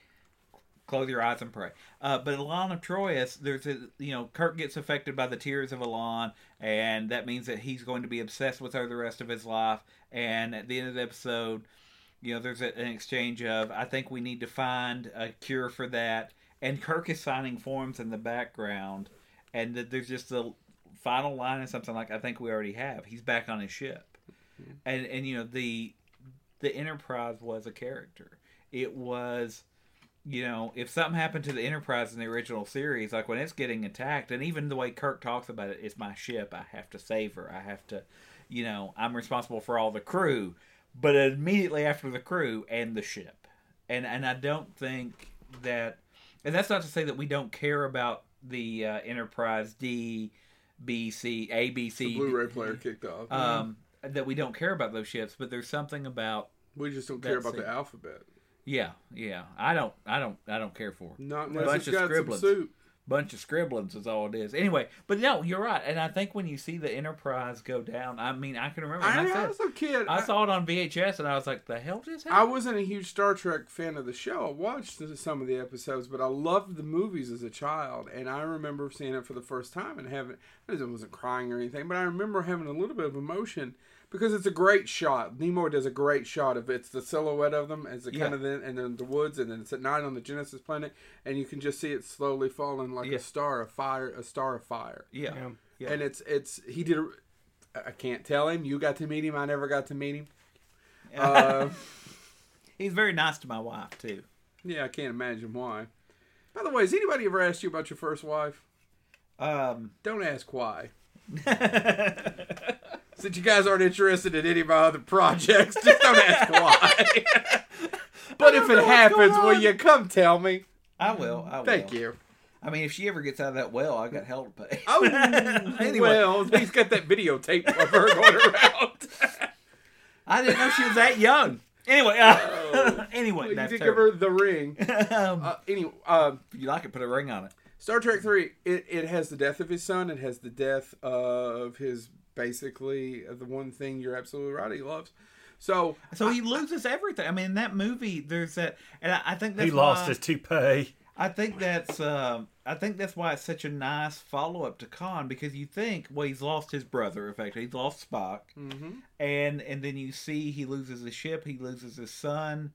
C: close your eyes and pray. Uh, but Alon of Troyes, there's a you know Kirk gets affected by the tears of Alon, and that means that he's going to be obsessed with her the rest of his life. And at the end of the episode, you know, there's a, an exchange of I think we need to find a cure for that, and Kirk is signing forms in the background, and th- there's just the final line and something like I think we already have. He's back on his ship, and and you know the the Enterprise was a character. It was. You know, if something happened to the Enterprise in the original series, like when it's getting attacked, and even the way Kirk talks about it, it's my ship. I have to save her. I have to, you know, I'm responsible for all the crew but immediately after the crew and the ship. And and I don't think that and that's not to say that we don't care about the uh, Enterprise D, B, C, A, B,
B: The
C: C.
B: Blu-ray player kicked off.
C: Um, that we don't care about those ships, but there's something about
B: we just don't care
C: that's
B: about
C: it.
B: the alphabet.
C: yeah, yeah. I don't, I don't, I don't care for it.
B: Not
C: Bunch
B: unless it's
C: of
B: got some
C: scribblings.
B: soup.
C: bunch of scribblings is all it is. Anyway, but no, you're right, and I think when you see the Enterprise go down, I mean, I can remember.
B: I,
C: and I,
B: I
C: said,
B: was a kid.
C: I
B: I,
C: saw it on VHS, and I was like, "The hell just happened?"
B: I wasn't a huge Star Trek fan of the show. I watched some of the episodes, but I loved the movies as a child, and I remember seeing it for the first time and having. I just wasn't crying or anything, but I remember having a little bit of emotion because it's a great shot. Nimoy does a great shot of it's the silhouette of them as the
C: Yeah.
B: kind of then and then the woods, and then it's at night on the Genesis planet, and you can just see it slowly falling like
C: Yeah.
B: a star of fire, a star of fire.
C: yeah.
A: Yeah.
C: Yeah.
B: And it's it's he did. A, I can't tell him. You got to meet him. I never got to meet him. Uh,
C: He's very nice to my wife too.
B: Yeah, I can't imagine why. By the way, has anybody ever asked you about your first wife?
C: Um,
B: Don't ask why. Since you guys aren't interested in any of my other projects, just don't ask why. but if it happens, will you come tell me?
C: I will. I will.
B: Thank you.
C: I mean, if she ever gets out of that well, I got hell to pay.
B: Oh,
C: Anyway.
B: well, he's got that videotape of her going around.
C: I didn't know she was that young. Anyway, uh, anyway,
B: you
C: that's
B: did give
C: terrible.
B: her the ring.
C: Um,
B: Uh, anyway, um,
C: if you like it, put a ring on it.
B: Star Trek Three. It, it has the death of his son. It has the death of his basically the one thing you're absolutely right. He loves. So
C: So he loses everything. I mean, in that movie, there's that, and I, I think that's
A: He lost
C: why-
A: his toupee.
C: I think that's um, I think that's why it's such a nice follow up to Khan because you think well he's lost his brother effectively he's lost Spock and and then you see he loses his ship he loses his son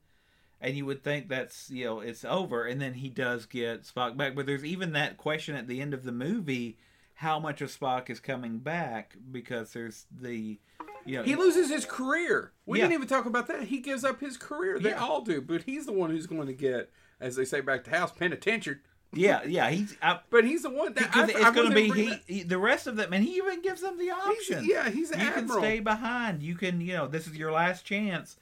C: and you would think that's you know it's over and then he does get Spock back but there's even that question at the end of the movie how much of Spock is coming back because there's the you know
B: he loses his career. We
C: Yeah.
B: didn't even talk about that. He gives up his career. They
C: Yeah.
B: all do, but he's the one who's going to get, as they say back to house, penitentiary.
C: yeah yeah he's I,
B: But he's the one that I,
C: because
B: I
C: it's going to
B: wasn't
C: be
B: bringing
C: he,
B: that-
C: he- the rest of them, and he even gives them the option.
B: yeah, he's an
C: you
B: admiral.
C: can stay behind. You can, you know, this is your last chance.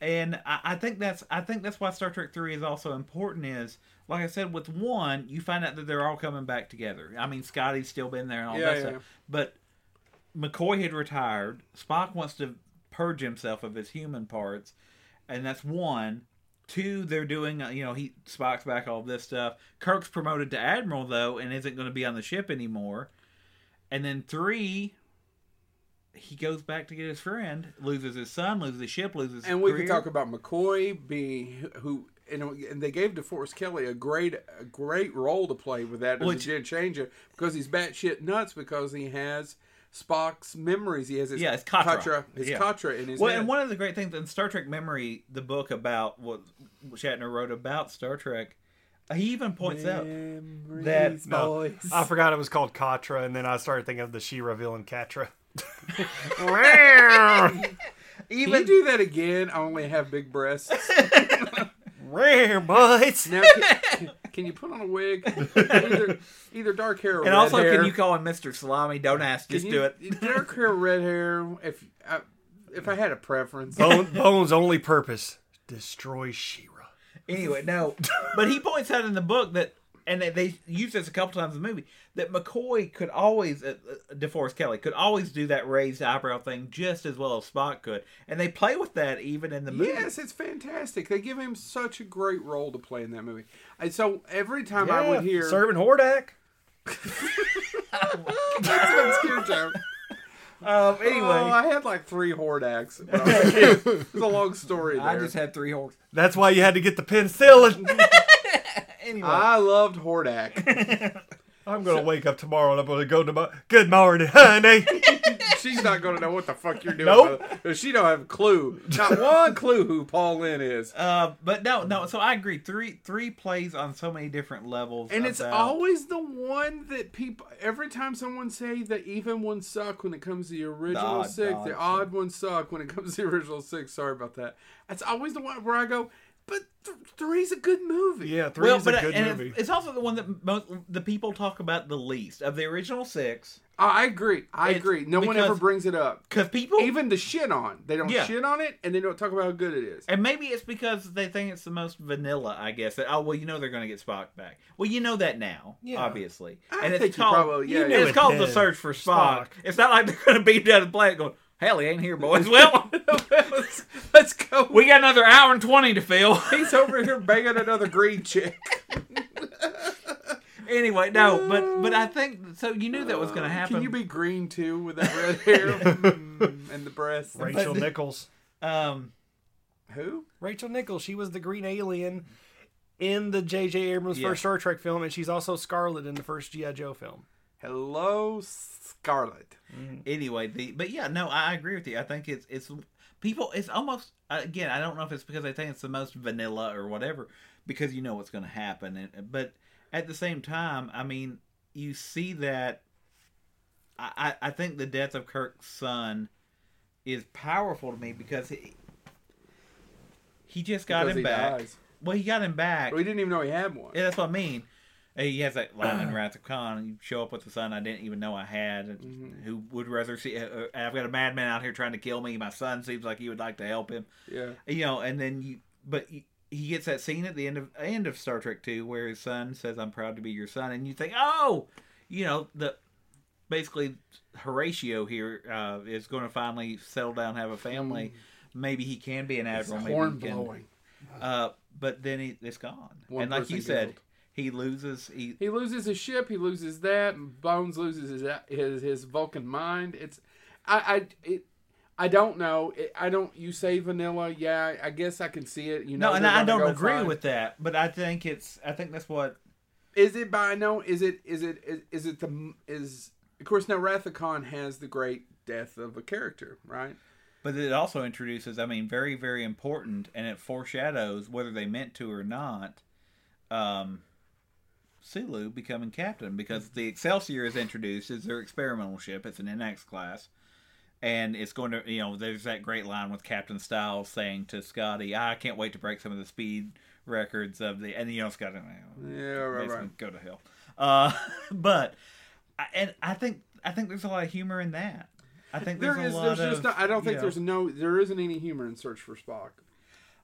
C: And I, I think that's I think that's why Star Trek Three is also important. Is like I said, with one, you find out that they're all coming back together. I mean, Scotty's still been there and all
B: Yeah,
C: that
B: yeah,
C: stuff,
B: yeah.
C: but McCoy had retired. Spock wants to purge himself of his human parts, and that's one. Two, they're doing, uh, you know, he Spock's back, all this stuff. Kirk's promoted to admiral though, and isn't going to be on the ship anymore. And then three, he goes back to get his friend, loses his son, loses his ship, loses. his
B: And we can
C: career.
B: talk about McCoy being who, you know, and they gave DeForest Kelly a great, a great role to play with that
C: Which-
B: as a changer because he's batshit nuts because he has Spock's memories. He has his
C: Yeah, it's Katra.
B: his
C: Yeah.
B: Katra in his
C: Well,
B: head.
C: and one of the great things in Star Trek Memory, the book about what Shatner wrote about Star Trek, he even points out
B: Memories,
C: that- uh,
D: No,
B: boys.
D: I forgot it was called Katra, and then I started thinking of the She-Ra villain Katra.
B: Can you
C: even
B: do that again? I only have big breasts.
D: Rare boys.
B: Now, can, can you put on a wig? Either, either dark hair or
C: and
B: red
C: also
B: hair.
C: can you call him Mister Salami? Don't ask,
B: Can
C: just
B: you-
C: do it.
B: Dark hair, red hair. If I, if I had a preference,
C: Oh,
D: Bone, Bones' only purpose: destroy She-Ra.
C: Anyway, no, but he points out in the book that, and they- they use this a couple times in the movie, that McCoy could always, uh, uh, DeForest Kelly could always do that raised eyebrow thing just as well as Spock could, and they play with that even in the movie.
B: Yes, it's fantastic. They give him such a great role to play in that movie. And so every time I would hear
D: serving Hordak.
B: that's an obscure joke.
C: Um, anyway,
B: Oh, I had like three Hordaks. when I was a kid. It's a long story there.
C: I
B: I,
C: just had three horses.
D: That's why you had to get the penicillin.
C: Anyway,
B: loved Hordak.
D: I'm gonna wake up tomorrow and I'm gonna go to my good morning, honey.
B: She's not going to know what the fuck you're doing.
D: Nope.
B: brother. She don't have a clue. Not one clue who Paul Lynn is.
C: Uh, but no, no. So I agree. Three, three plays on so many different levels,
B: And it's
C: about-
B: always the one that people. Every time someone say the even ones suck when it comes to the original
C: odd-
B: six,
C: the odd
B: the odd ones suck when it comes to the original six. Sorry about that. That's always the one where I go, but th- three's a good movie.
D: Yeah, three
C: well,
D: is
A: uh,
C: but
D: a good
C: and
D: movie.
C: It's, it's also the one that most the people talk about the least of the original six
B: I I agree. I
C: It's
B: agree. No one
C: because-
B: ever brings it up,
C: because people
B: even to shit on. They don't
C: Yeah.
B: shit on it, and they don't talk about how good it is.
C: and maybe it's because they think it's the most vanilla. I guess that oh well, you know they're going to get Spock back. Well, you know that now, obviously.
B: I
C: and it's
B: think you
C: called
B: probably- yeah,
C: and
B: yeah.
C: it's
D: it
C: called the
D: then.
C: search for Spock.
D: Spock.
C: It's not like they're going to beat down the planet going. Hell, he ain't here, boys. Well,
B: let's, let's go.
C: we got another hour and twenty to fill.
B: He's over here banging another green chick.
C: anyway, no, but but I think so. You knew that was going to happen.
B: Uh, Um, Can you be green too with that red hair Mm, and the breasts?
D: Rachel Nichols.
C: Um,
B: Who?
D: Rachel Nichols. She was the green alien in the J.J. Abrams
C: Yeah.
D: first Star Trek film, and she's also Scarlet in the first G.I. Joe film.
B: Hello, Scarlet.
C: anyway, the but yeah, no, I I agree with you. I think it's it's people. It's almost again. I don't know if it's because they think it's the most vanilla or whatever, because you know what's going to happen. And, but at the same time, I mean, you see that. I I I think the death of Kirk's son is powerful to me because he he just got
B: Because
C: him
B: he
C: back.
B: dies.
C: Well, he got him back.
B: We didn't even know he had one.
C: Yeah, that's what I mean. He has that line in Wrath of Khan. You show up with the son I didn't even know I had. and
B: Mm-hmm.
C: Who would rather see? Uh, uh, I've got a madman out here trying to kill me. My son seems like he would like to help him.
B: Yeah.
C: You know, and then you, but you, he gets that scene at the end of end of Star Trek Two where his son says, "I'm proud to be your son," and you think, "Oh, you know the." Basically, Horatio here uh, is going to finally settle down, have a family. Maybe he can be an admiral. maybe he
B: Mm-hmm. Horn
C: can-
B: blowing.
C: uh, but then he, it's gone.
B: One
C: and like
B: person
C: you said,
B: killed.
C: he loses. He,
B: He loses his ship. He loses that. and Bones loses his his, his Vulcan mind. It's, I I it, I don't know. It, I don't. You say vanilla. Yeah, I guess I can see it. You know.
C: no, and
B: they're
C: I
B: gonna
C: don't
B: go
C: agree
B: find-
C: with that. But I think it's. I think that's what.
B: Is it Bino? Is it is it is, is it the is of course now Rathacon has the great death of a character, right?
C: But it also introduces. I mean, very very important, and it foreshadows whether they meant to or not. Um, Sulu becoming captain because the Excelsior is introduced as their experimental ship. It's an NX class. And it's going to, you know, there's that great line with Captain Styles saying to Scotty, "I can't wait to break some of the speed records of the," and you know, Scotty,
B: Yeah, right,
C: Basically,
B: right.
C: go to hell. Uh, but I- and I think I think there's a lot of humor in that. I think there's
B: There is.
C: a lot
B: There's just.
C: of.
B: No, I don't think
C: you
B: there's
C: know,
B: no. There isn't any humor in Search for Spock.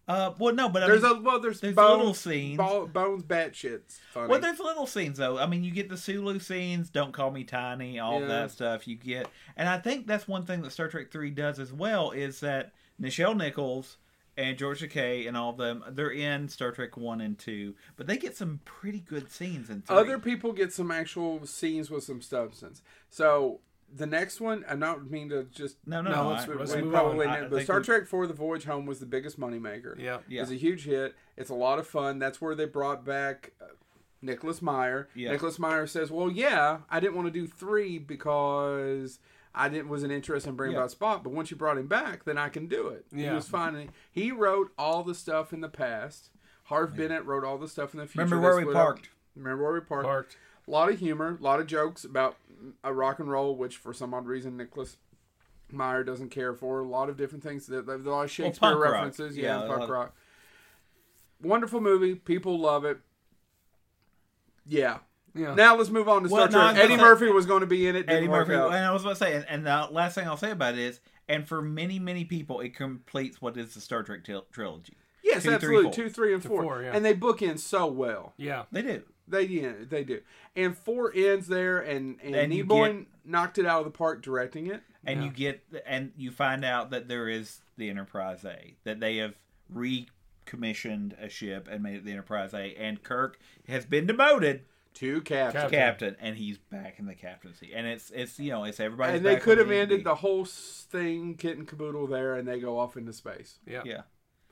C: Uh, well, no, but I
B: There's
C: mean,
B: a well. There's,
C: there's
B: bones,
C: little scenes.
B: Bo- bones batshit funny.
C: well, there's little scenes though. I mean, you get the Sulu scenes, "Don't Call Me Tiny," all
B: Yeah.
C: that stuff. You get, and I think that's one thing that Star Trek Three does as well is that Nichelle Nichols and George Takei and all of them. They're in Star Trek One and Two, but they get some pretty good scenes in three.
B: Other people get some actual scenes with some substance. So the next one, I don't mean to just
C: No, no,
B: no.
C: no,
B: let's,
C: I-
B: we-
C: let's
B: we
C: move
B: probably
C: on. I
B: know- but
C: think
B: Star
C: we-
B: Trek Four: The Voyage Home was the biggest moneymaker.
A: Yeah.
B: It was a huge hit. It's a lot of fun. That's where they brought back uh, Nicholas Meyer.
C: Yeah.
B: Nicholas Meyer says, "Well, yeah, I didn't want to do three because I didn't wasn't interested in bringing
C: Yeah.
B: about Spot, but once you brought him back, then I can do it." He
A: Yeah.
B: was finding he wrote all the stuff in the past. Harv Bennett wrote all the stuff in the future.
C: Remember where
B: They
C: we
B: split up-
C: parked.
B: Remember where we parked.
A: Parked.
B: A lot of humor, a lot of jokes about a rock and roll, which for some odd reason Nicholas Meyer doesn't care for. A lot of different things. There- There's a lot of Shakespeare
C: punk rock.
B: references. Yeah,
C: Yeah,
B: and
C: a
B: punk
C: lot of-
B: rock. Wonderful movie. People love it. Yeah.
A: Yeah.
B: Now let's move on to Star
C: Well, no, I was
B: Trek.
C: gonna
B: Eddie
C: say-
B: Murphy was going to be in it. Didn't
C: Eddie
B: work
C: Murphy,
B: out.
C: and I was about to say, and, and the last thing I'll say about it is, and for many, many people, it completes what is the Star Trek til- trilogy.
B: Yes,
C: Two, three,
B: absolutely.
C: four.
B: Two, three, and four.
A: four, yeah.
B: And they book in so well.
A: yeah.
C: They do.
B: They yeah, they do. And four ends there, and and,
C: And you
B: Neboyne knocked it out of the park directing it.
C: and you get and you find out that there is the Enterprise A that they have recommissioned a ship and made it the Enterprise A, and Kirk has been demoted
B: Two captains.
A: Captain.
C: captain, and he's back in the captaincy, and it's it's you know it's everybody.
B: and they could have
C: E
B: ended the whole thing kit and caboodle there, and they go off into space.
A: Yeah.
C: yeah.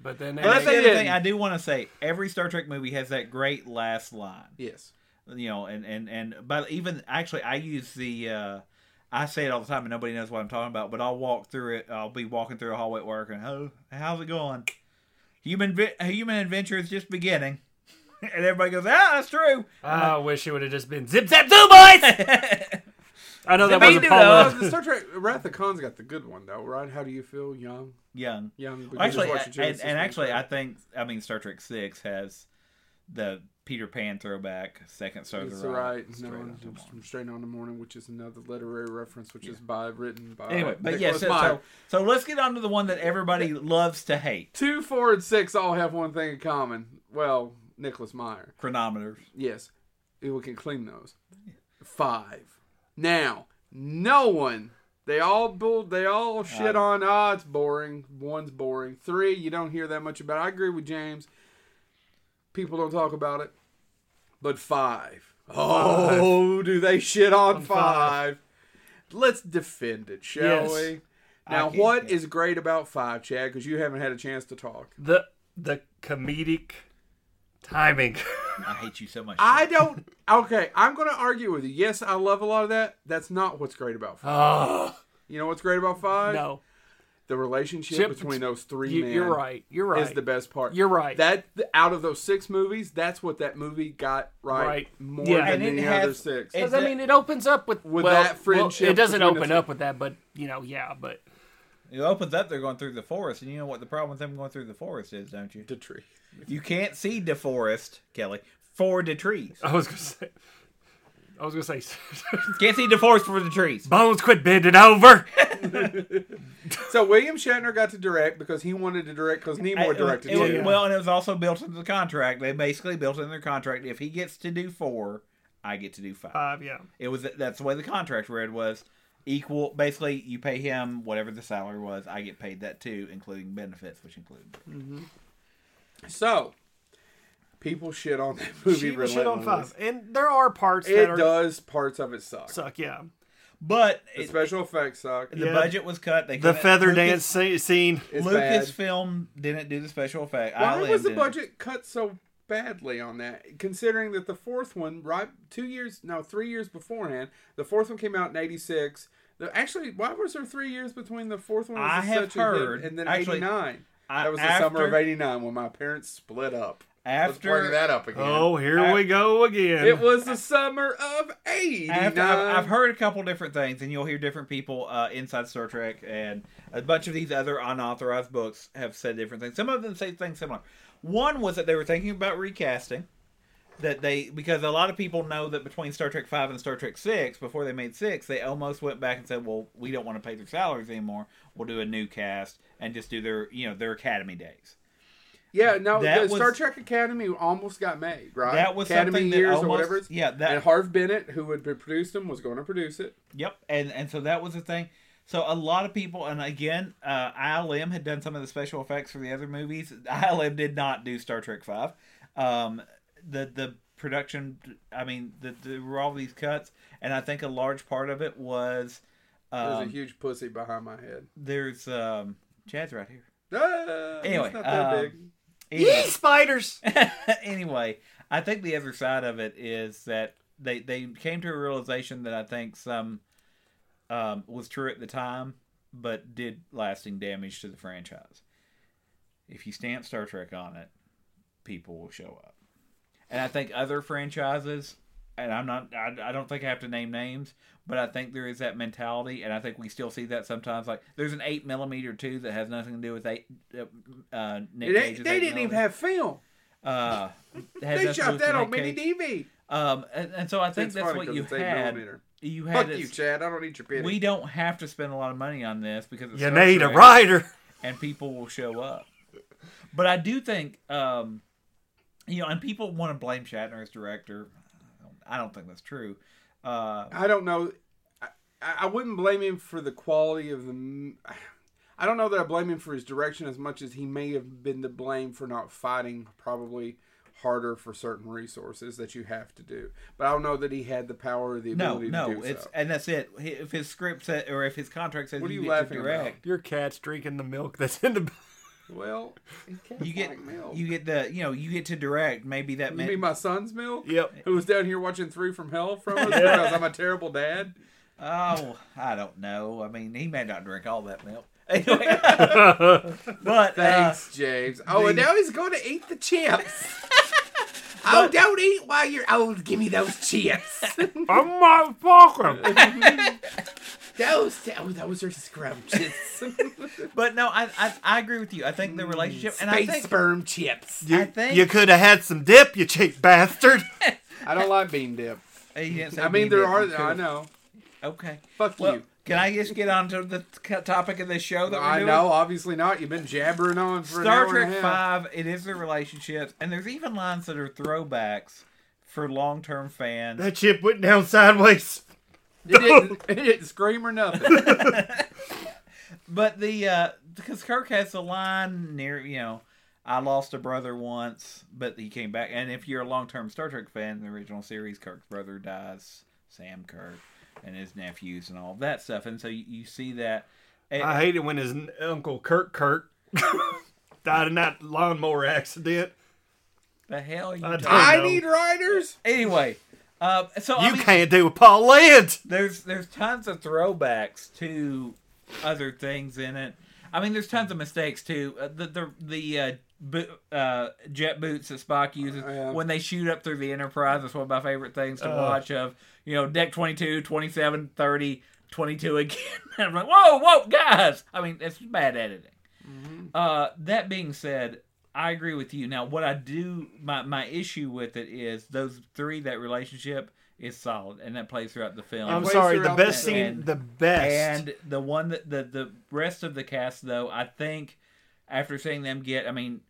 A: But then they
B: But
C: That's
A: make-
B: they
C: the other thing
B: didn't.
C: I do want to say. Every Star Trek movie has that great last line.
B: Yes.
C: you know and and and but even actually i use the uh i say it all the time and nobody knows what i'm talking about but i'll walk through it i'll be walking through a hallway at work and oh how's it going human vi- human adventure is just beginning and everybody goes ah that's true
A: I wish it would have just been zip zap zoo boys. I know
C: Zip,
A: that wasn't
C: zip,
B: Uh,
C: Uh,
A: Paula.
B: the Star Trek Wrath of Khan's got the good one though, right? How do you feel, young,
C: young
B: young? because
C: actually
B: of
C: I-
B: what you
C: and,
B: chose
C: and
B: to
C: actually
B: do.
C: i think i mean star trek 6 has the peter pan throwback second star of
B: It's
C: the
B: all
C: Ride,
B: right.
C: straight
B: No,
C: on
B: I'm
C: to
B: just-
C: Mars.
B: I'm straight on the morning, which is another literary reference, which is by written by.
C: anyway but yeah
B: Nicholas
C: so,
B: Meyer.
C: so so let's get on to the one that everybody loves to hate
B: two, four, and six all have one thing in common. Well, Nicholas Meyer.
C: chronometers
B: Yes, we can clean those. Five. Now, no one. They all build. They all shit on. Ah, it's boring. One's boring. Three, you don't hear that much about. it. I agree with James. People don't talk about it. But five. Oh, do they shit on,
A: five.
B: 5 Let's defend it, shall
A: Yes.
B: we? Now,
C: I
B: what
C: can,
B: is
C: yeah.
B: great about five, Chad? Because you haven't had a chance to talk.
A: The the comedic timing.
C: i hate you so much
B: I don't. Okay, I'm going to argue with you. Yes, I love a lot of that. That's not what's great about five.
A: Oh
B: You know what's great about five?
A: no,
B: The relationship
A: Chip,
B: between those three
A: you,
B: men.
A: you're right. You're right.
B: Is the best part.
A: You're right.
B: That out of those six movies, that's what that movie got right,
A: Right.
B: more
A: Yeah.
B: than
A: And
C: it
B: any
C: has-
B: other six.
C: it-
A: Because I mean, it opens up with,
B: With
A: well,
B: that friendship
A: well, it doesn't
B: between
A: open
B: us-
A: up with that, but you know, yeah. But
C: It opens up. They're going through the forest, and you know what the problem with them going through the forest is, don't you?
B: the tree.
C: You can't see the forest, Kelly, for the trees.
A: I was gonna say, I was gonna say,
C: Can't see the forest for the trees.
A: bones quit bending over.
B: So William Shatner got to direct because he wanted to direct because Nimoy directed
C: It was-
B: too.
A: yeah.
C: Well, and it was also built into the contract. They basically built in their contract. If he gets to do four, I get to do five.
A: Five, yeah.
C: It was that's the way the contract read was equal. Basically, you pay him whatever the salary was. I get paid that too, including benefits, which include.
B: So people shit on that movie.
A: She was shit on
B: relentlessly.
A: five, and there are parts that
B: It
A: are
B: does. Parts of it suck.
A: suck. Yeah,
C: But
B: the
C: it,
B: special effects suck.
C: the
A: Yeah.
C: budget was cut. They
A: the
C: couldn't-
A: feather
C: Lucas-
A: dance dance scene.
B: It's bad.
C: Lucasfilm didn't do the special effect.
B: Why
C: ILM
B: was the
C: didn't.
B: budget cut so badly on that? Considering that the fourth one, right, two years, no, three years beforehand, the fourth one came out in '86. The, actually, why was there three years between the fourth one?
C: I
B: was
C: have
B: such a hit
C: heard-
B: and then
C: actually,
B: '89.
C: I-
B: That was the summer of
C: after-
B: '89 when my parents split up.
C: After
B: Let's bring that up again.
A: Oh, here we go again.
B: it was the summer of '89.
C: After, I've, I've heard a couple different things, and you'll hear different people uh, inside Star Trek and a bunch of these other unauthorized books have said different things. Some of them say things similar. One was that they were thinking about recasting. That they because a lot of people know that between Star Trek Five and Star Trek Six, before they made Six, they almost went back and said, "Well, we don't want to pay their salaries anymore. We'll do a new cast and just do their you know their Academy days."
B: Yeah, no,
C: That
B: the
C: was-
B: Star Trek Academy almost got made, right?
C: That was
B: Academy
C: something that
B: years or
C: almost-
B: whatever. it's-
C: yeah, that-
B: and Harv Bennett, who had produced them, was going to produce it.
C: Yep, and and so that was the thing. So a lot of people, and again, uh, ILM had done some of the special effects for the other movies. ILM did not do Star Trek Five. Um, the the production, I mean, the, there were all these cuts, and I think a large part of it was
B: There's
C: um,
B: a huge pussy behind my head.
C: there's um, Chad's right here.
B: Ah,
C: Anyway,
B: it's not that
C: um,
B: big.
C: Anyway.
D: spiders.
C: anyway, I think the other side of it is that they they came to a realization that I think some um, was true at the time, but did lasting damage to the franchise. If you stamp Star Trek on it, people will show up, and I think other franchises. And I'm not. I, I don't think I have to name names, but I think there is that mentality, and I think we still see that sometimes. Like there's an eight millimeter too that has nothing to do with eight. Uh, uh, Nick
B: It ain't-
C: Cage's
B: they
C: 8
B: didn't even
C: millimeter.
B: have film.
C: Uh, had
B: They
C: nothing to do
B: shot
C: with
B: that
C: the
B: on
C: Nick
B: mini
C: Cage.
B: DV.
C: Um, and, and so I think
B: It's
C: that's
B: funny
C: what
B: 'cause
C: you
B: it's eight
C: had.
B: millimeter.
C: You had
B: Fuck
C: this-
B: you, Chad. I don't need your pity.
C: We don't have to spend a lot of money on this because it's
D: You
C: Star
D: need a
C: Trek,
D: writer.
C: and people will show up. But I do think, um, you know, and people want to blame Shatner as director. I don't- I don't think that's true. Uh,
B: I don't know. I, I wouldn't blame him for the quality of the. m- I don't know that I blame him for his direction as much as he may have been to blame for not fighting probably harder for certain resources that you have to do. But I don't know that he had the power or the
C: no,
B: ability to
C: no,
B: do
C: it's
B: so.
C: and that's it. He- If his script said, or if his contract says
B: What are
C: you,
B: you
C: get to
B: laughing about?
C: direct,
D: Your cat's drinking the milk that's in the.
B: Well,
C: you get you get the you know you get to direct. Maybe that
B: You
C: meant
B: mean my son's milk?
D: Yep.
B: Who was down here watching Three from Hell from us because I'm a terrible dad?
C: Oh, I don't know. I mean, he may not drink all that milk. Anyway, but uh,
B: Thanks, James. Oh, and
C: the-
B: now he's going to eat the chips. oh, don't eat while you're old. Give me those chips.
D: I'm not fucking.
B: those, oh, those are scrumptious.
C: but no, I, I I agree with you. I think the
B: Mm,
C: relationship, and I
B: Space
C: think
B: sperm chips.
D: You,
C: I think-
D: you could have had some dip, you cheap bastard.
B: I don't like bean dip.
C: He didn't say
B: I mean,
C: he
B: there
C: didn't,
B: are.
C: he
B: I
C: could've-
B: know.
C: Okay,
B: Fuck
C: well,
B: you.
C: can I just get on to the t- topic of this show that we're
B: I
C: doing?
B: know. Obviously not. You've been jabbering on for an
C: Star
B: hour
C: Trek
B: and a half.
C: Five. It is the relationships, and there's even lines that are throwbacks for long term fans.
D: That ship went down sideways.
B: It didn't, it didn't scream or nothing.
C: But the uh because Kirk has the line near you know, I lost a brother once, but he came back. And if you're a long term Star Trek fan, the original series, Kirk's brother dies, Sam Kirk, and his nephews and all that stuff. And so you, you see that. Eh, And-
D: I hate it when his n- uncle Kirk Kirk died in that lawnmower accident.
C: the hell you
D: I
C: talking-
D: don't
B: I
D: know.
B: need riders.
C: anyway. Uh, so I
D: You
C: mean,
D: can't do with Paul Lynde.
C: there's there's tons of throwbacks to other things in it. I mean, there's tons of mistakes too. Uh, the the the uh, bo- uh, jet boots that Spock uses
B: Oh, yeah.
C: when they shoot up through the Enterprise. That's one of my favorite things to watch. Of you know, deck 22, 27, 30, 22 again. and I'm like, whoa, whoa, guys! I mean, it's bad editing. Uh, that being said, I agree with you. Now, what I do, my, my issue with it is those three, that relationship is solid, and that plays throughout the film.
D: I'm
B: plays
D: sorry. The
B: throughout
D: best
B: that.
D: scene.
C: And-
D: the best.
C: and the one that the, the rest of the cast, though, I think after seeing them get, I mean,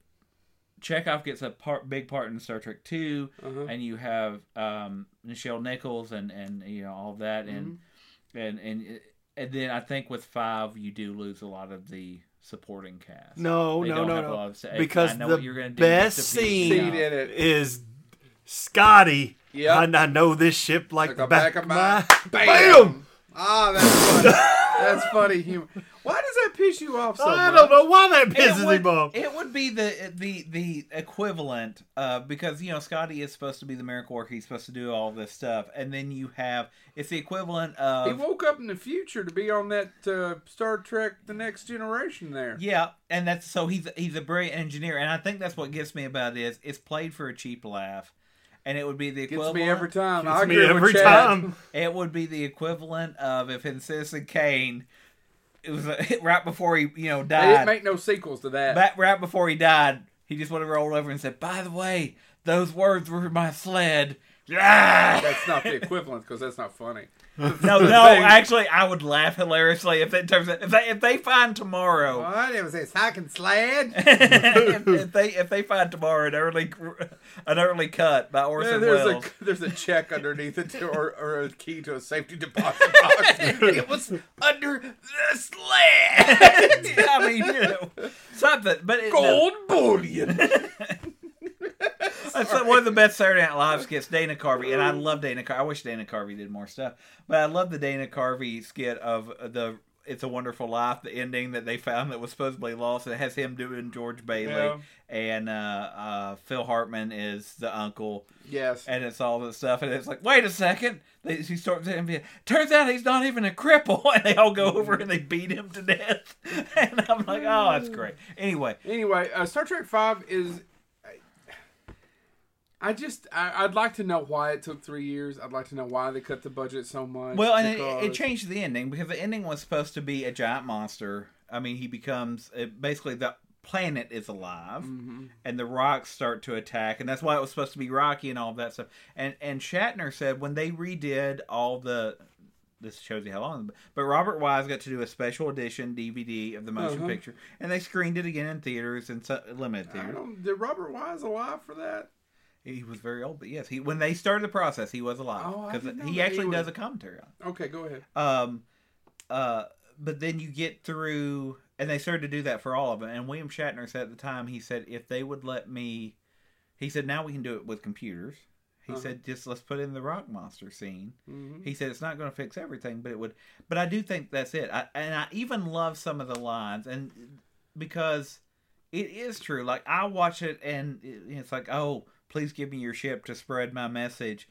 C: Chekhov gets a part, big part in Star Trek 2
B: Uh-huh.
C: and you have um, Nichelle Nichols and and you know all that, and and and and then I think with five you do lose a lot of the supporting cast.
D: no,
C: They
D: no,
C: don't
D: no,
C: have a
D: no.
C: lot of say.
D: Because
C: I know
D: the
C: what you're gonna do with
D: best
C: the
D: scene-
B: Seed
C: people.
B: in it.
D: Is Scotty.
B: Yep.
D: I, I know this ship like,
B: like
D: the back, of my.
B: bam. Ah, that's funny. that's funny humor. Why does that piss you off so
D: I
B: much?
D: don't know why that
C: It
D: pisses
C: would,
D: him off.
C: it would be the the the equivalent uh, because you know Scotty is supposed to be the miracle worker. He's supposed to do all this stuff, and then you have it's the equivalent
B: He
C: of
B: woke up in the future to be on that uh, Star Trek: The Next Generation. There,
C: yeah, and that's so he's he's a brilliant engineer, and I think that's what gets me about it is it's played for a cheap laugh, and it would be the
B: gets
C: equivalent
B: me every time. I
D: It's
B: agree
D: me
B: with
D: every
B: Chad.
D: time.
C: It would be the equivalent of if in Citizen Kane, it was uh right before he you know
B: They
C: died.
B: didn't make no sequels to that.
C: Back right before he died, he just would have rolled over and said, "By the way, those words were my sled." Yeah.
B: That's not the equivalent because that's not funny.
C: No, no.
B: Thanks.
C: Actually, I would laugh hilariously if that turns out, if they if they find tomorrow
E: What? It was this hike and sled?
C: if, if they if they find tomorrow an early an early cut by Orson
B: Yeah, there's
C: Welles.
B: a there's a check underneath it to, or, or a key to a safety deposit box.
C: it was under the sled. I mean, you know, something. But it, no.
B: Gold bullion.
C: That's one of the best Saturday Night Live skits, Dana Carvey, and I love Dana Carvey. I wish Dana Carvey did more stuff, but I love the Dana Carvey skit of the "It's a Wonderful Life," the ending that they found that was supposedly lost. It has him doing George Bailey,
B: Yeah.
C: and uh, uh, Phil Hartman is the uncle,
B: Yes.
C: and it's all this stuff. And it's like, wait a second, they, he starts to be. Turns out he's not even a cripple, and they all go over and they beat him to death. And I'm like, oh, that's great. Anyway,
B: Anyway, uh, Star Trek Five is. I just I, I'd like to know why it took three years. I'd like to know why they cut the budget so much.
C: Well, and it, it
B: because-
C: changed the ending because the ending was supposed to be a giant monster. I mean, he becomes it, basically the planet is alive,
B: Mm. Mm-hmm.
C: and the rocks start to attack, and that's why it was supposed to be Rocky and all that stuff. And and Shatner said when they redid all the. This shows you how long, but Robert Wise got to do a special edition DVD of the motion
B: Uh-huh.
C: picture, and they screened it again in theaters and so, limited
B: I
C: theaters.
B: don't, did Robert Wise alive for that?
C: He was very old, but yes, he when they started the process, he was alive
B: Oh, I
C: because
B: didn't know
C: he
B: that he
C: actually
B: was-
C: does a commentary on. it.
B: Okay, go ahead.
C: Um, uh, but then you get through, and they started to do that for all of them. And William Shatner said at the time, he said, if they would let me, he said, now we can do it with computers. He
B: Uh-huh.
C: said, just let's put in the rock monster scene.
B: Mhm.
C: He said, it's not going to fix everything, but it would. But I do think that's it. I, and I even love some of the lines, and because it is true. Like I watch it, and it- it's like, oh. Please give me your ship to spread my message.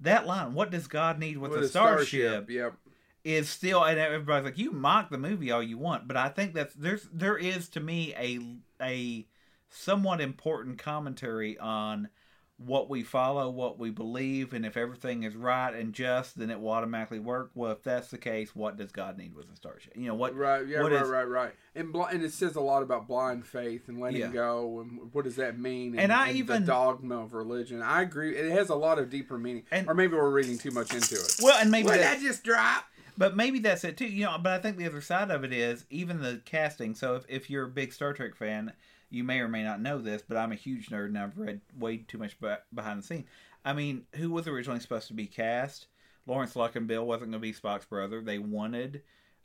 C: That line, what does God need with,
B: Mm-hmm. With
C: a starship?
B: Yep.
C: is still and everybody's like you mock the movie all you want but i think that's there's there is to me a a somewhat important commentary on what we follow what we believe and if everything is right and just then it will automatically work well if that's the case what does god need with a starship you know what
B: Right. Yeah.
C: what
B: right.
C: is-
B: Right. Right. And bl- and it says a lot about blind faith and letting
C: Yeah.
B: go and what does that mean?
C: And I even-
B: the dogma of religion. I agree. It has a lot of deeper meaning.
C: And-
B: or maybe we're reading too much into it.
C: well and maybe
E: What did
C: that-
E: I just drop?
C: But maybe that's it too, you know. But I think the other side of it is even the casting. So if, if you're a big Star Trek fan, you may or may not know this, but I'm a huge nerd and I've read way too much be- behind the scene. I mean, who was originally supposed to be cast? Lawrence Luck and Bill wasn't going to be Spock's brother. They wanted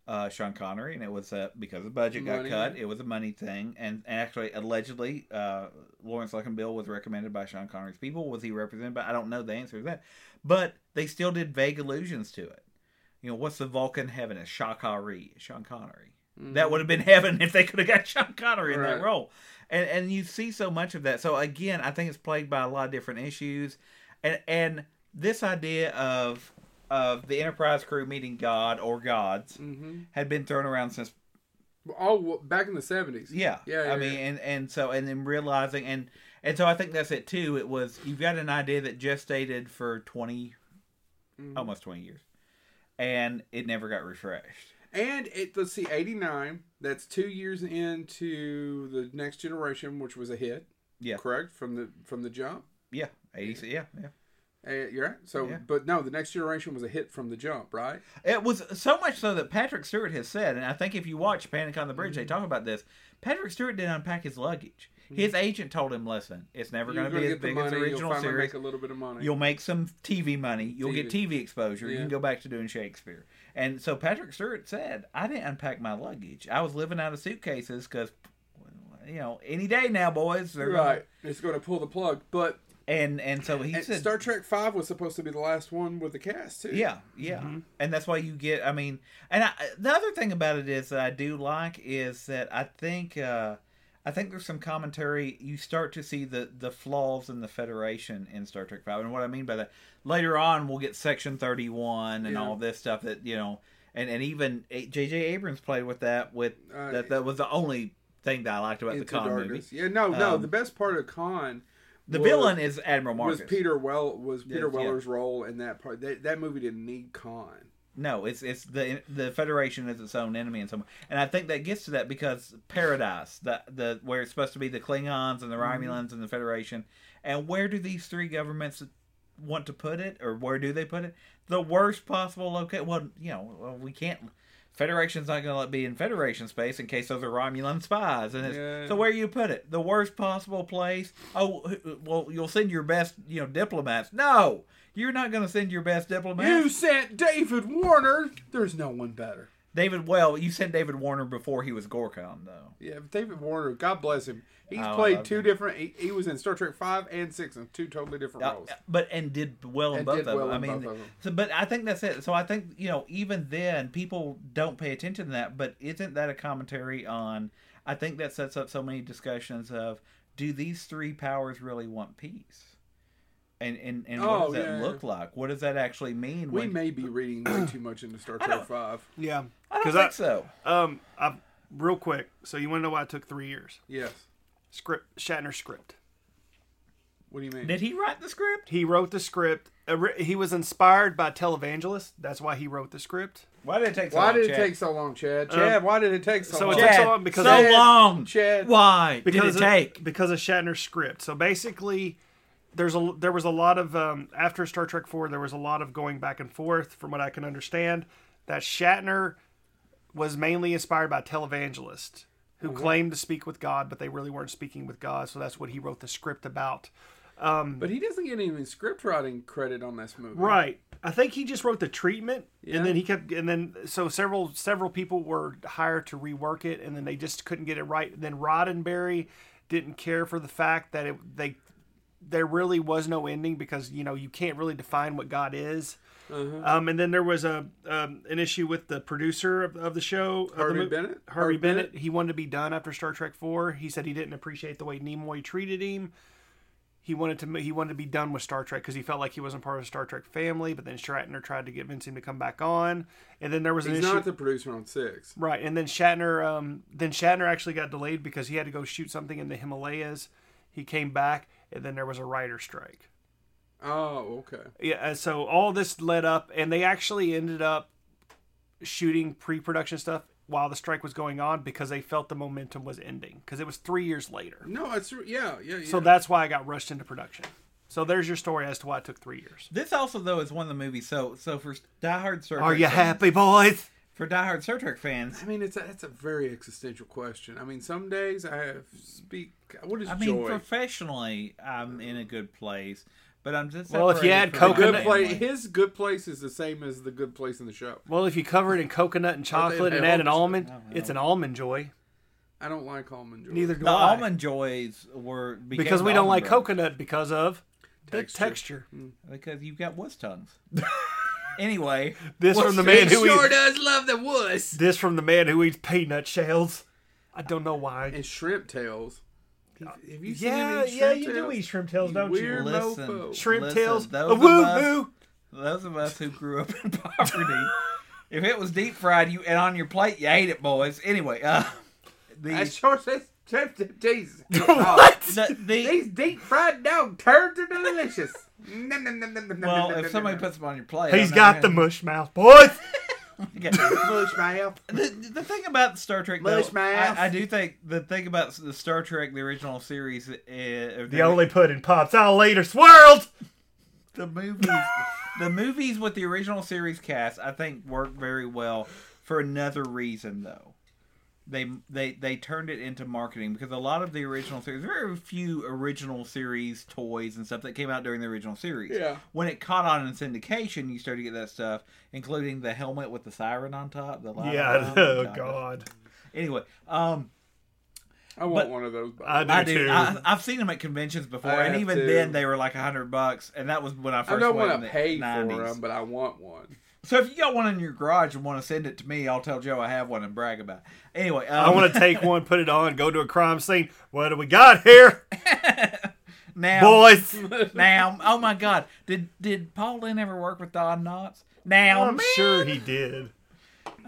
C: uh, Sean Connery, and it was uh, because the budget got
B: Money.
C: cut. It was a money thing, and, and actually, allegedly, uh, Lawrence Luck and Bill was recommended by Sean Connery's people. Was he represented? But I don't know the answer to that. But they still did vague allusions to it. You know, what's the Vulcan heaven? It's Shakari, Sean Connery. That would have been heaven if they could have got Sean Connery in that
B: Mm-hmm. Right.
C: role. And and you see so much of that. So again, I think it's plagued by a lot of different issues. And and this idea of of the Enterprise crew meeting God or gods
B: Mm-hmm.
C: had been thrown around since
B: All back in the seventies.
C: yeah.
B: Yeah.
C: I mean, and and so and then realizing and and so I think that's it too. It was you've got an idea that gestated for 20
B: Mhm.
C: almost twenty years, and it never got refreshed.
B: And it let's see, eighty nine. That's two years into the next generation, which was a hit.
C: Yeah.
B: Correct from the from the jump.
C: Yeah, eighty. Yeah, yeah.
B: Uh, you're right. So,
C: Yeah.
B: but no, the next generation was a hit from the jump, right?
C: It was so much so that Patrick Stewart has said, and I think if you watch Panic on the Bridge,
B: Mm-hmm.
C: they talk about this. Patrick Stewart didn't unpack his luggage. His agent told him, "Listen, it's never
B: You're
C: going to
B: gonna
C: be as big as the
B: You'll
C: original
B: finally
C: series.
B: make a little bit of money.
C: You'll make some TV money. You'll get TV exposure. You
B: Yeah.
C: can go back to doing Shakespeare. And so Patrick Stewart said, I didn't unpack my luggage. I was living out of suitcases because, you know, any day now, boys. They're gonna-"
B: right. It's going to pull the plug. But
C: And and so he
B: and
C: said,
B: Star Trek Five was supposed to be the last one with the cast too.
C: Yeah, yeah,
B: Mm-hmm.
C: and that's why you get. I mean, and I, the other thing about it is that I do like is that I think uh, I think there's some commentary. You start to see the the flaws in the Federation in Star Trek Five, and what I mean by that. Later on, we'll get Section Thirty One and
B: Yeah.
C: all this stuff that you know, and and even A- J.J. Abrams played with that. With
B: Uh,
C: that, that was the only thing that I liked about the
B: Into
C: Khan movie.
B: Darkness. Yeah. No, no.
C: Um,
B: the best part of Con.
C: The
B: was-
C: villain is Admiral Marcus.
B: Was Peter Well was Peter
C: Yes, yeah.
B: Weller's role in that part? That, that movie didn't need Con.
C: No, it's it's the the Federation is its own enemy in some, and I think that gets to that because Paradise, the the where
B: Mm-hmm.
C: it's supposed to be the Klingons and the Romulans and the Federation, and where do these three governments want to put it or where do they put it? The worst possible location. Well, you know, well, we can't. Federation's not going to let be in Federation space in case those are Romulan spies. And it's,
B: Yeah.
C: so where you put it? The worst possible place. Oh, wh- wh- well, you'll send your best, you know, diplomats. No, you're not going to send your best diplomats.
B: You sent David Warner. There's no one better.
C: David. Well, you sent David Warner before he was Gorkon, though.
B: Yeah, David Warner. God bless him. He's
C: I
B: played
C: love
B: two
C: him.
B: different. He, he was in Star Trek Five and Six in two totally different roles.
C: Uh, but and did well in
B: And
C: both
B: did
C: of them.
B: well
C: I
B: in
C: mean,
B: both of them.
C: so, but I think that's it. So I think you know, even then, people don't pay attention to that. But isn't that a commentary on? I think that sets up so many discussions of do these three powers really want peace? And and, and what
B: Oh,
C: does that
B: yeah.
C: look like? What does that actually mean?
B: we
C: when-
B: may be reading way too much into Star Trek
C: don't-
B: Five.
D: Yeah.
C: I don't
D: 'Cause
C: think so.
D: Um, I, real quick. So you want to know why it took three years?
B: Yes.
D: Script Shatner script.
B: What do you mean?
C: Did he write the script?
D: He wrote the script. Ori- He was inspired by televangelists. That's why he wrote the script.
C: Why did it take? So
B: why
C: long,
B: did it
C: Chad?
B: take so long, Chad? Chad, why did it take so,
D: so
B: long?
D: it took
C: Chad,
D: so long because-
C: so
B: Chad,
C: long?
B: Chad.
C: Why
D: because
C: did it
D: of-
C: take?
D: because of Shatner's script. So basically, there's a there was a lot of um, after Star Trek Four, there was a lot of going back and forth, from what I can understand, that Shatner was mainly inspired by televangelists who claimed to speak with God, but they really weren't speaking with God. So that's what he wrote the script about.
B: But he doesn't get any script writing credit on this movie.
D: Right. I think he just wrote the treatment,
B: Yeah.
D: and then he kept, and then so several several people were hired to rework it, and then they just couldn't get it right. then Roddenberry didn't care for the fact that it, they there really was no ending because you know you can't really define what God is.
B: Mm-hmm.
D: Um, and then there was a um, an issue with the producer of, of the show, of
B: Harvey
D: the mo-
B: Bennett?
D: Harvey,
B: Harvey
D: Bennett. He wanted to be done after Star Trek Four. He said he didn't appreciate the way Nimoy treated him he wanted to he wanted to be done with Star Trek because he felt like he wasn't part of the Star Trek family. But then Shatner tried to convince him to come back on, and then there was an
B: He's
D: issue.
B: not the producer on Six.
D: Right, and then Shatner, um, then Shatner actually got delayed because he had to go shoot something in the Himalayas. He came back, and then there was a writer strike.
B: Oh, okay.
D: Yeah, and so all this led up, and they actually ended up shooting pre-production stuff while the strike was going on because they felt the momentum was ending because it was three years later.
B: No, it's yeah, yeah, yeah.
D: So that's why I got rushed into production. So there's your story as to why it took three years.
C: This also though is one of the movies. So so for Die Hard Star
D: Are
C: Trek
D: you
C: fans-
D: happy, boys?
C: for Die Hard Star Trek fans?
B: I mean, it's a, that's a very existential question. I mean, some days I have speak. What is
C: I mean,
B: joy?
C: professionally, I'm in a good place, but I'm just
D: Well, if you
C: separated
D: add
C: from my
B: good
D: coconut-
B: place.
C: family.
B: His good place is the same as the good place in the show.
D: Well, if you cover it in coconut and chocolate and add an almond,
C: Oh,
D: it's an almond joy.
B: I don't like almond joy.
D: Neither do
C: the
D: I.
C: almond joys were became
D: because
C: the
D: we don't
C: almond
D: like
C: joy.
D: coconut because of
B: Texture.
D: the texture.
C: because you've got wuss tongues. anyway,
D: This
C: Well,
D: from the man who
E: sure
D: eats,
E: does love the wuss.
D: this from the man who eats peanut shells. I don't know why.
B: and shrimp tails. Have you seen him
D: Yeah,
B: eat
D: yeah,
B: shrimp
D: you do
B: tails?
D: eat shrimp tails,
B: You
D: don't
B: weird-
D: you?
C: listen,
B: mofo.
D: Shrimp
C: listen,
D: tails,
C: Those
D: a
C: of
D: woo
C: us-
D: woo.
C: those of us who grew up in poverty, if it was deep fried, you and on your plate, you ate it, boys. Anyway, uh,
B: That
C: the
B: sure says shrimp ta- Jesus.
C: Oh, the, the
B: These deep fried dog turds are delicious. Nom, nom, nom, nom, nom,
C: well,
B: nom,
C: if
B: nom,
C: somebody
B: nom.
C: puts them on your plate,
D: He's
C: I'm not
D: got
C: gonna-
D: the mush mouth, boys.
C: Okay.
B: mush mouth.
C: the, the thing about Star Trek, though,
B: Mush mouth.
C: I, I do think the thing about the Star Trek, the original series, uh, the,
D: The only pudding pops out later, swirled.
C: the movies, the movies with the original series cast, I think work very well for another reason though. They they they turned it into marketing because a lot of the original series, very few original series toys and stuff that came out during the original series.
B: Yeah.
C: When it caught on in syndication, you started to get that stuff, including the helmet with the siren on top, the light
D: Yeah,
C: on top,
D: oh
C: the-
D: god.
C: Anyway, um.
B: I want
C: But-
B: one of those. by the
D: I
B: way.
D: do
C: I
D: too.
C: do. I, I've seen them at conventions before,
B: I
C: and
B: have
C: even
B: too.
C: then they were like a hundred bucks, and that was when I first
B: I don't
C: went
B: want to
C: in the
B: pay
C: 90s.
B: for them, but I want one.
C: So if you got one in your garage and want to send it to me, I'll tell Joe I have one and brag about. it. Anyway, um,
D: I want to take one, put it on, go to a crime scene. What do we got here,
C: now,
D: boys?
C: now. Oh my God, did did Paul Lynn ever work with Don Knotts? Now,
D: Oh, I'm
C: man.
D: sure he did.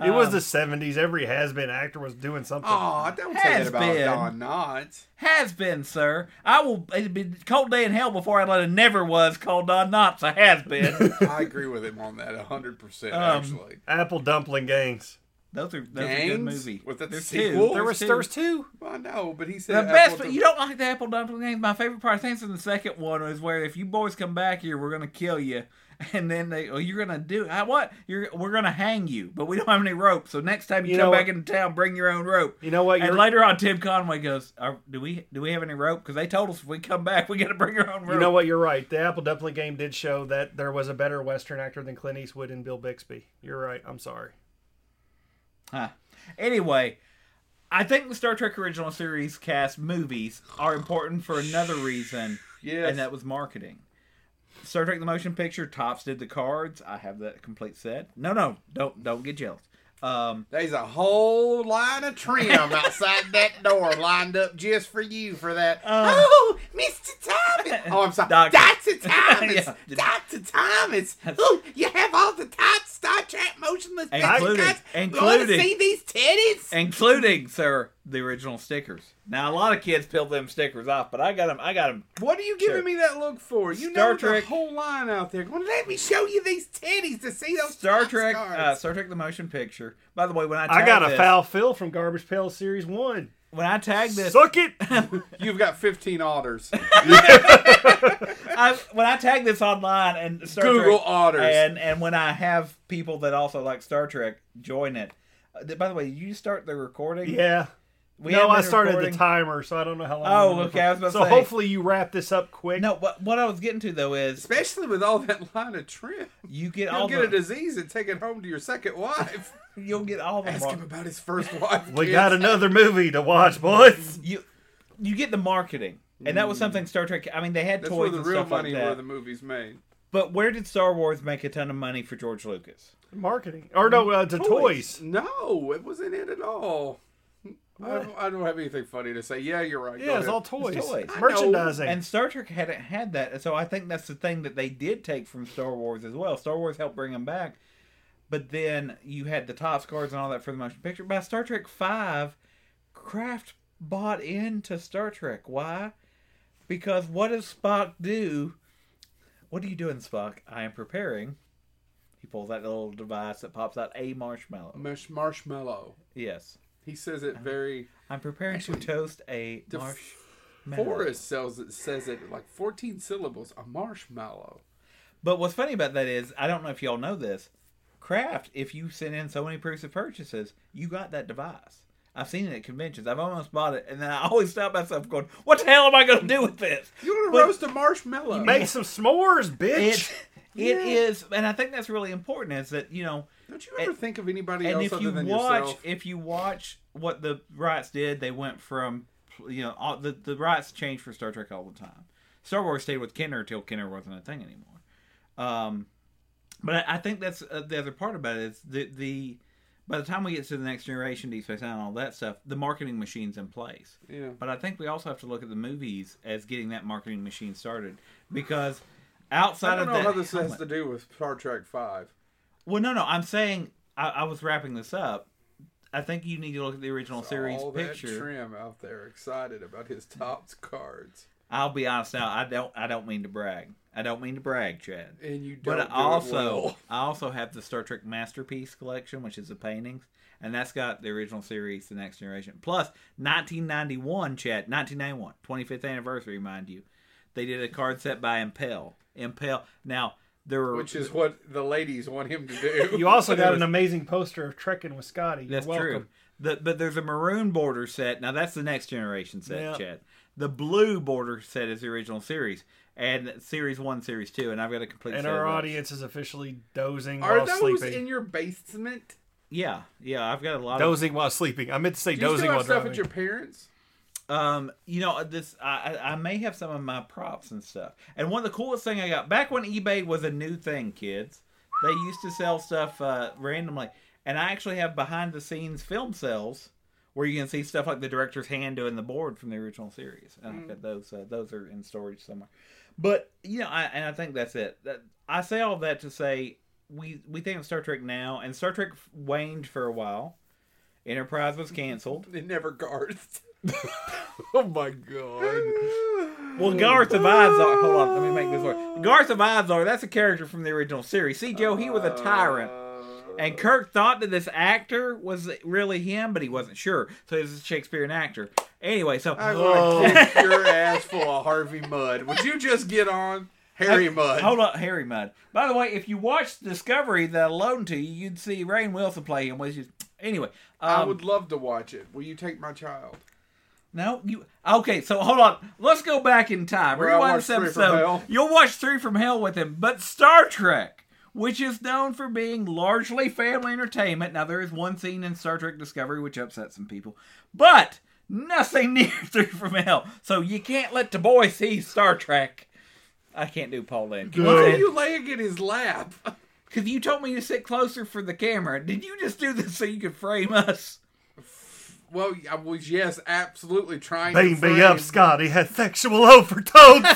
D: It was the 70s. Every has been actor was doing something.
B: Oh, don't say
C: Has
B: that about
C: been.
B: Don Knotts.
C: has been, sir. I will. It'd be a cold day in hell before I let it never was called Don Knotts. I has been. Um,
B: I agree with him on that 100%, actually.
D: Apple dumpling gangs.
C: Those are those are good
B: Gangs?
C: movie.
B: Was that the
C: There's
B: sequel?
D: There was
C: two.
D: there was two.
B: Well, I know, but he
C: The
B: said
C: best,
B: apple
C: but
B: to-
C: you don't like the apple dumpling games. My favorite part, I think, it's in the second one, was where if you boys come back here, we're gonna kill you, and then they, oh, you're gonna do I, what? You're we're gonna hang you, but we don't have any rope. So next time you,
D: You
C: come
D: know
C: back
D: what?
C: into town, bring your own rope.
D: You know what?
C: and
D: You're-
C: later on, Tim Conway goes, Are, "Do we do we have any rope? Because they told us if we come back, we got to bring our own rope."
D: You know what? You're right. The Apple Dumpling game did show that there was a better Western actor than Clint Eastwood and Bill Bixby. You're right. I'm sorry.
C: Huh. Anyway, I think the Star Trek original series cast movies are important for another reason,
B: Yes.
C: and that was marketing. Star Trek the Motion Picture, Tops did the cards. I have that complete set. No, no, don't don't get jealous. Um,
E: There's a whole line of trim outside that door lined up just for you for that. oh, Mr. Thomas. Oh, I'm sorry.
C: Uh, Doctor.
E: Dr. Thomas.
C: Yeah.
E: Dr. Thomas. Oh, you have all the top Star Trek motionless
C: Including-
E: pictures. Want
C: including-
E: to see these titties?
C: including sir the original stickers. Now a lot of kids peel them stickers off, but I got them. I got them.
B: What are you giving
C: Sure.
B: me that look for? You
C: Star
B: know
C: Trek-
B: the whole line out there. Well,
E: Let me show you these titties to see those
C: Star
E: top
C: Trek,
E: stars.
C: uh, Star Trek the Motion Picture. By the way, when I tag
D: I got a
C: this,
D: foul fill from Garbage Pail Series 1.
C: when I tag this
D: Suck it!
B: You've got 15 otters.
C: I, when I tag this online and Star
B: Google
C: Trek,
B: otters.
C: and and when I have people that also like Star Trek join it. Uh, th- By the way, did you start the recording?
D: Yeah.
C: we
D: no,
C: haven't
D: I
C: been
D: started
C: recording.
D: the timer, so I don't know how long.
C: Oh,
D: we're
C: okay, I was about to
D: So
C: say.
D: hopefully you wrap this up quick.
C: No, what what I was getting to though is
B: Especially with all that line of trim.
C: you get
B: You'll
C: all
B: get a
C: the
B: disease and take it home to your second wife.
C: you'll get all the
B: Ask
C: mar-
B: him about his first wife.
D: We
B: kids.
D: got another movie to watch, boys.
C: you you get the marketing. And that was something Star Trek. I mean, they had
B: Mm. That's
C: toys
B: where the
C: and
B: real
C: stuff
B: money
C: like
B: where
C: that.
B: the movie's made.
C: But where did Star Wars make a ton of money for George Lucas?
D: Marketing. Or no, uh, to toys.
B: No, it wasn't it at all. I don't, I don't have anything funny to say. Yeah, you're right. Go
D: Yeah, it's
B: ahead.
D: all toys.
C: toys. I
D: Merchandising.
C: And Star Trek hadn't had that, so I think that's the thing that they did take from Star Wars as well. Star Wars helped bring them back, but then you had the top cards and all that for the motion picture. By Star Trek Five, Kraft bought into Star Trek. Why? Because what does Spock do? What are you doing, Spock? I am preparing. He pulls out the little device that pops out a marshmallow.
B: Mush marshmallow.
C: Yes,
B: He says
C: Uh-huh.
B: it very.
C: I'm preparing to toast a
B: The
C: marshmallow.
B: Forrest sells it, says it like 14 syllables. A marshmallow.
C: But what's funny about that is, I don't know if y'all know this. Kraft, if you send in so many proofs of purchases, you got that device. I've seen it at conventions. I've almost bought it, and then I always stop myself going, "What the hell am I going to do with this?"
B: You want to
C: But-
B: roast a marshmallow?
D: Make some s'mores, bitch.
C: It, it
B: Yeah.
C: is, and I think that's really important. Is that you know,
B: Don't you ever
C: And-
B: think of anybody
C: and
B: else
C: if
B: other
C: you watch,
B: than yourself?
C: if you watch what the rights did, they went from you know all, the the rights changed for Star Trek all the time. Star Wars stayed with Kenner till Kenner wasn't a thing anymore. Um, but I, I think that's uh, the other part about it is the the by the time we get to the next generation, Deep Space Nine, and all that stuff, the marketing machine's in place.
B: Yeah.
C: But I think we also have to look at the movies as getting that marketing machine started because outside
B: I don't
C: of
B: know
C: that
B: how this has
C: helmet-
B: to do with Star Trek Five.
C: well, no, no. I'm saying I, I was wrapping this up. I think you need to look at the original series
B: All that
C: picture.
B: trim out there, excited about his tops cards,
C: I'll be honest now. I don't. I don't mean to brag. I don't mean to brag, Chad.
B: and you don't.
C: But I
B: do it
C: also,
B: well.
C: I also have the Star Trek Masterpiece Collection, which is the paintings, and that's got the original series, The Next Generation, plus 1991, Chad, 1991, 25th anniversary, mind you. They did a card set by Impel. Impel. Now there were
B: which is what the ladies want him to do.
D: You also got an amazing poster of Trekking with Scotty. You're
C: That's
D: welcome.
C: true. The, but there's a maroon border set. Now that's the next generation set,
D: Yeah.
C: Chad. The blue border set is the original series, and series one, series two, and I've got a complete.
D: And
C: set
D: our
C: of those.
D: audience is officially dozing
B: Are
D: while
B: those
D: sleeping.
B: in your basement?
C: Yeah, yeah, I've got a lot
A: Dozing while sleeping. I meant to say
B: Do you
A: dozing
B: still
A: while
B: have stuff
A: driving.
B: at your parents?
C: of. Um, you know this. I I I may have some of my props and stuff. And one of the coolest thing I got back when eBay was a new thing, kids. They used to sell stuff uh, randomly, and I actually have behind the scenes film sales. where you can see stuff like the director's hand doing the board from the original series. And I've got those; uh, those are in storage somewhere. But you know, I, and I think that's it. That, I say all that to say we we think of Star Trek now, and Star Trek waned for a while. Enterprise was canceled.
B: It never guards. oh my god!
C: Well, Garth of Izar. Hold on, let me make this work. Garth of Izar. That's a character from the original series. See, Joe, he was a tyrant. And Kirk thought that this actor was really him, but he wasn't sure. So he was a Shakespearean actor. Anyway, so
B: I'm gonna kick your ass full of Harvey Mudd. Would you just get on Harry Mudd?
C: Hold on, Harry Mudd. By the way, if you watched Discovery that alone to you, you'd see Rain Wilson play him, which is anyway. Um,
B: I would love to watch it. Will you take my child?
C: No, you okay? So hold on. Let's go back in time.
B: Where I
C: Rewind
B: watched
C: this
B: Three from
C: episode.
B: Hell.
C: You'll watch Three from Hell with him, but Star Trek, which is known for being largely family entertainment. Now there is one scene in Star Trek Discovery which upset some people, but nothing near Three from Hell. So you can't let the boy see Star Trek. I can't do Paul Lynn.
B: Why are you laying in his lap?
C: Because you told me to sit closer for the camera. Did you just do this so you could frame us?
B: Well, I was yes, absolutely trying
A: Beam
B: to
A: me up,
B: frame-
A: Scotty. Had sexual overtones.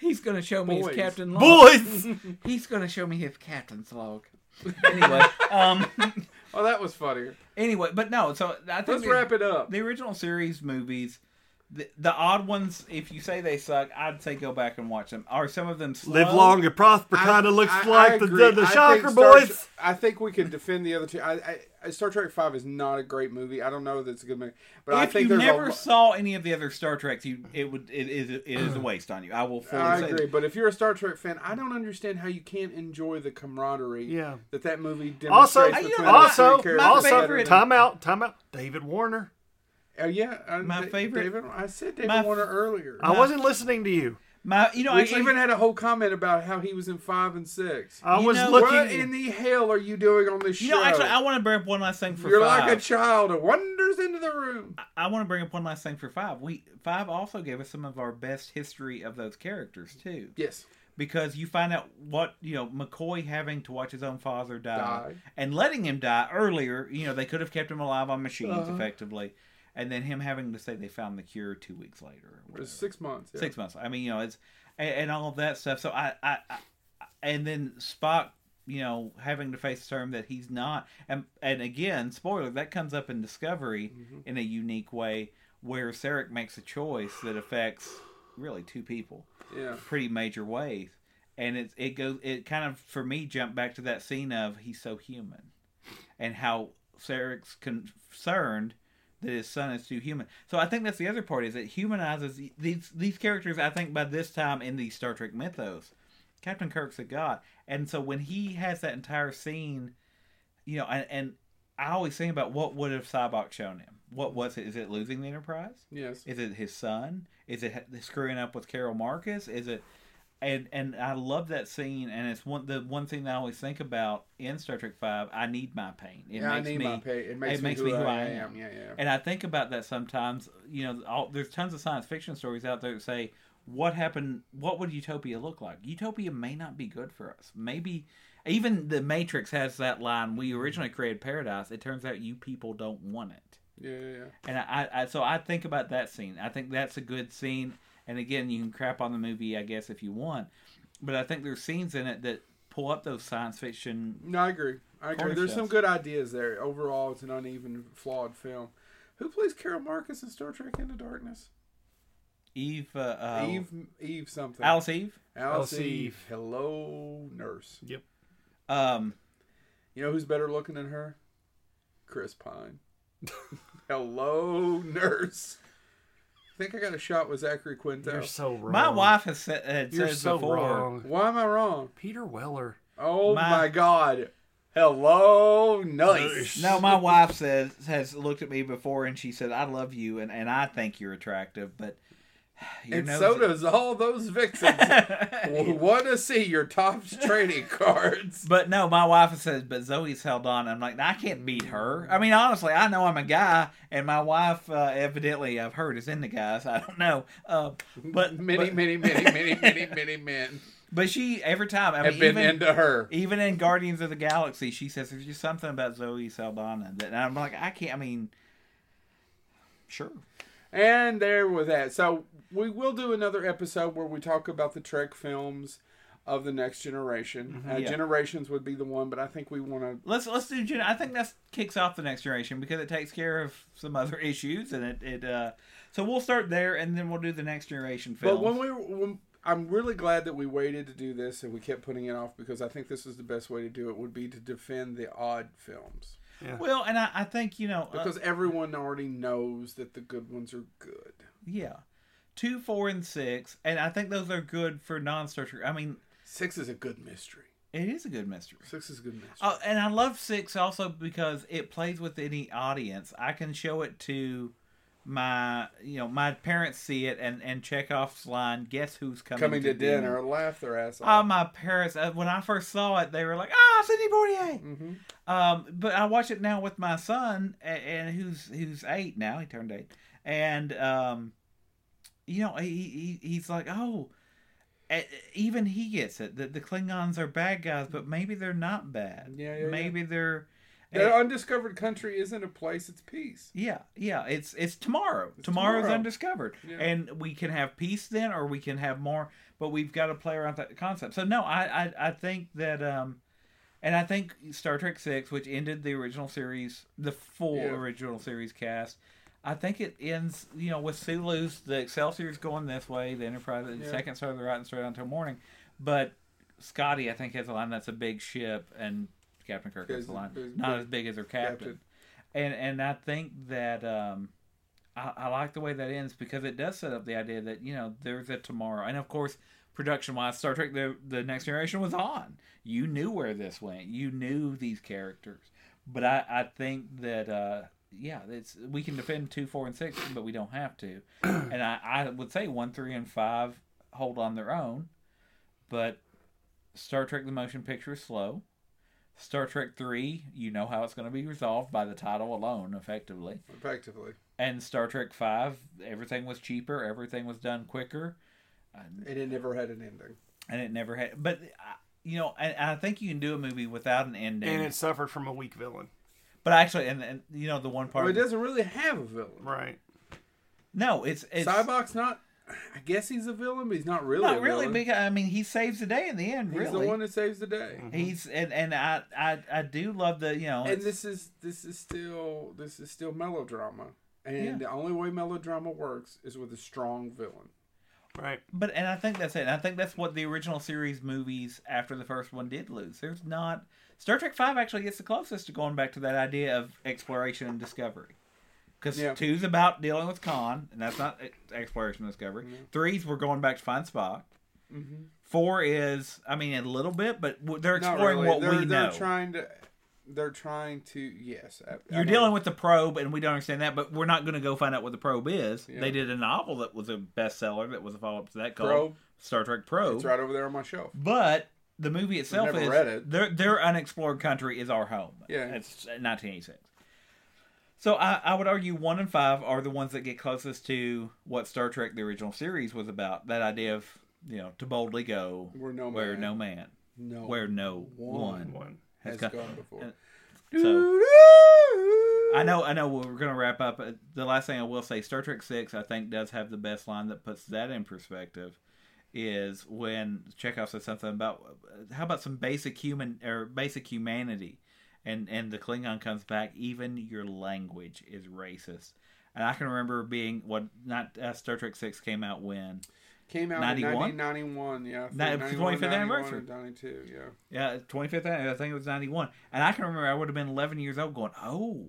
C: He's gonna show me
B: Boys.
C: his captain log.
A: Boys.
C: He's gonna show me his captain's log. Anyway, um,
B: Oh, that was funnier.
C: anyway, but no. So I think
B: Let's
C: the,
B: wrap it up.
C: the original series movies, the, the odd ones. If you say they suck, I'd say go back and watch them. Are some of them slow?
A: Live long and prosper kind
B: I-
A: of looks
B: I- I
A: like the,
B: agree.
A: the,
B: I
A: the
B: think
A: Shocker
B: Star Tre-
A: Boys.
B: I think we can defend the other two. I, I, I, Star Trek Five is not a great movie. I don't know that it's a good movie, but I
C: If
B: think
C: you
B: there's
C: never
B: a. lo-
C: saw any of the other Star Treks, you it would it is it is a waste on you. I will fully
B: I
C: say
B: agree,
C: that.
B: but if you're a Star Trek fan, I don't understand how you can't enjoy the camaraderie
D: Yeah.
B: that that movie demonstrates.
A: Also,
C: you
B: between
C: know,
B: the
A: also,
B: three characters
A: also,
B: better
C: favorite-
B: than-
A: time out, time out. David Warner.
B: Oh, yeah, I-
C: My
B: Da-
C: favorite-
B: David, I said David
C: my-
B: Warner earlier.
D: I wasn't listening to you.
C: My, you know,
B: we
C: actually,
B: even had a whole comment about how he was in five and six.
D: I
C: You
D: was
C: know-
D: looking.
B: what in the hell are you doing on this
C: you
B: show?
C: know, actually, I want to bring up one last thing for
B: You're
C: five.
B: like a child who wanders into the room.
C: I want to bring up one last thing for five. We five also gave us some of our best history of those characters too.
B: Yes.
C: because you find out what you know McCoy having to watch his own father die,
B: Die.
C: and letting him die earlier. You know they could have kept him alive on machines
B: Uh-huh.
C: effectively, and then him having to say they found the cure two weeks later. Or
B: It
C: whatever.
B: was six months. yeah.
C: Six months. I mean, you know, it's and, and all of that stuff. So I, I, I, and then Spock, you know, having to face the term that he's not, and and again, spoiler that comes up in Discovery
B: Mm-hmm.
C: in a unique way where Sarek makes a choice that affects really two people
B: Yeah.
C: pretty major ways. And it it goes it kind of for me jumped back to that scene of he's so human, and how Sarek's concerned that his son is too human. So I think that's the other part is it humanizes these these characters. I think by this time in the Star Trek mythos, Captain Kirk's a god, and so when he has that entire scene, you know, and, and I always think about what would have Cybok shown him. What was it? Is it losing the Enterprise?
B: Yes.
C: Is it his son? Is it h- screwing up with Carol Marcus? Is it and and I love that scene and it's one the one thing that I always think about in Star Trek Five. I need my pain. It
B: yeah, I
C: makes
B: need
C: me,
B: my pay. It makes, me, who I, am. Yeah, yeah.
C: And I think about that sometimes. You know, all, there's tons of science fiction stories out there that say, "What happened? What would Utopia look like?" Utopia may not be good for us. Maybe even the Matrix has that line. We originally created paradise. It turns out you people don't want it.
B: yeah, yeah, yeah.
C: And I, I so I think about that scene. I think that's a good scene. And again, you can crap on the movie, I guess, if you want. But I think there's scenes in it that pull up those science fiction.
B: No, I agree. I agree.
C: Corny
B: There's some
C: shots.
B: good ideas there. Overall, it's an uneven, flawed film. Who plays Carol Marcus in Star Trek Into Darkness?
C: Eve, uh, uh,
B: Eve, Eve something.
C: Alice Eve.
D: Alice
B: Alice Eve.
D: Eve.
B: Hello, nurse.
C: Um,
B: You know who's better looking than her? Chris Pine. Hello, nurse. I think I got a shot with Zachary Quinto.
D: You're so wrong.
C: my wife has said, had
D: You're
C: said
D: so
C: before.
D: wrong.
B: Why am I wrong?
D: Peter Weller.
B: Oh my,
C: My-
B: God. Hello, nice.
C: No, my wife says has looked at me before and she said, "I love you," and, and I think you're attractive, but your
B: and
C: nose-
B: so does all those vixens. Want to see your Topps trading cards?
C: But no, my wife says, but Zoe's held on. I'm like, I can't beat her. I mean, honestly, I know I'm a guy, and my wife, uh, evidently, I've heard is into guys. I don't know, uh, but
B: Many,
C: but,
B: many, many, many, many, many men
C: but she every time. I
B: have
C: mean,
B: been
C: even,
B: into her.
C: even in Guardians of the Galaxy, she says there's just something about Zoe Saldana that and I'm like, I can't. I mean, sure.
B: And there with that. So we will do another episode where we talk about the Trek films of the next generation. uh,
C: Mm-hmm, Yeah.
B: Generations would be the one, but I think we want to.
C: Let's let's do. Gen- I think that's kicks off the next generation because it takes care of some other issues, and it it. Uh, so we'll start there, and then we'll do the next generation film.
B: But when we when, I'm really glad that we waited to do this and we kept putting it off because I think this is the best way to do it would be to defend the odd films
C: Well, and I, I think you know uh,
B: because everyone already knows that the good ones are good.
C: yeah, two, four, and six, and I think those are good for non-Star Trek. I mean,
B: Six is a good mystery.
C: it is a good mystery.
B: Six is a good mystery.
C: Oh, and I love six also because it plays with any audience. I can show it to my you know my parents see it and and Chekhov's line. Guess who's coming,
B: Coming to dinner, laugh their ass off.
C: Oh, my parents! Uh, when I first saw it, they were like, "Ah, Sidney Poitier."
B: Mm-hmm.
C: Um, but I watch it now with my son, and, and who's who's eight now. He turned eight, and um, you know, he, he he's like, "Oh." e- Even he gets it that the Klingons are bad guys, but maybe they're not bad.
B: Yeah, yeah, yeah.
C: maybe they're.
B: That undiscovered country isn't a place; it's peace.
C: Yeah, yeah. It's it's tomorrow. Tomorrow's
B: tomorrow.
C: undiscovered,
B: Yeah.
C: and we can have peace then, or we can have more. But we've got to play around with that concept. So no, I I, I think that um, and I think Star Trek Six, which ended the original series, the full
B: Yeah.
C: original series cast. I think it ends, you know, with Sulu's the Excelsior's going this way, the Enterprise, the
B: Yeah.
C: second star to the right, and straight on till morning. But Scotty, I think, has a line that's a big ship, and Captain Kirk has
B: Is-
C: a line
B: is
C: not
B: big.
C: as big as her
B: Captain.
C: captain. And and I think that um, I, I like the way that ends because it does set up the idea that you know there's a tomorrow, and of course, production wise, Star Trek the the Next Generation was on. You knew where this went. You knew these characters, but I I think that. Uh, yeah, it's we can defend two, four, and six, but we don't have to. And I, I would say one, three, and five hold on their own, but Star Trek: The Motion Picture is slow. Star Trek 3, you know how it's going to be resolved by the title alone, effectively.
B: Effectively,
C: And Star Trek 5, everything was cheaper, everything was done quicker,
B: and it never had an ending.
C: and it never had. But, uh, you know, and and I think you can do a movie without an ending.
D: and it suffered from a weak villain,
C: but actually, and, and you know, the one part.
B: Well, it doesn't really have a villain.
D: right?
C: no, it's. it's
B: Cybok's not. I guess he's a villain, but he's not really. a
C: not really,
B: villain.
C: because, I mean, he saves the day in the end,
B: He's
C: really.
B: the one that saves the day.
C: He's and and I, I I do love the you know
B: And
C: it's-
B: this is this is still this is still melodrama, and the only way melodrama works is with a strong villain.
D: Right.
C: But and I think that's it. And I think that's what the original series movies after the first one did lose. There's not Star Trek Five actually gets the closest to going back to that idea of exploration and discovery. Because
B: Yeah.
C: two's about dealing with Khan, and that's not ex- exploration and discovery. Three's we're going back to find Spock. Mm-hmm. Four is, I mean, a little bit, but w- they're
B: Not
C: exploring
B: really.
C: what
B: they're,
C: we
B: they're
C: know.
B: trying to. They're trying to. Yes, I- I
C: You're
B: know.
C: dealing with the probe, and we don't understand that, but we're not going to go find out what the probe is.
B: Yeah.
C: They did a novel that was a bestseller that was a follow up to that called
B: Probe.
C: Star Trek Probe.
B: It's right over there on my shelf.
C: But the movie itself
B: never
C: is
B: read it.
C: their their unexplored country is our home.
B: Yeah.
C: it's 1986. So I, I would argue one and five are the ones that get closest to what Star Trek the original series was about. That idea of you know to boldly go
B: Where no
C: where
B: man-
C: no man
B: No,
C: where no
B: one
C: one,
D: One.
B: has
C: got-
B: gone before.
C: So I know I know we're gonna wrap up. Uh, The last thing I will say, Star Trek Six I think does have the best line that puts that in perspective. is when Chekhov said something about uh, how about some basic human or basic humanity, and and the Klingon comes back. Even your language is racist, and I can remember being what not uh, Star Trek Six came out when
B: Came out
C: 91?
B: in 1991, yeah. I think
C: Ni-
B: 91,
C: 25th
B: 91,
C: anniversary.
B: and 92, yeah.
C: yeah 25th I think it was 91, and I can remember I would have been 11 years old going oh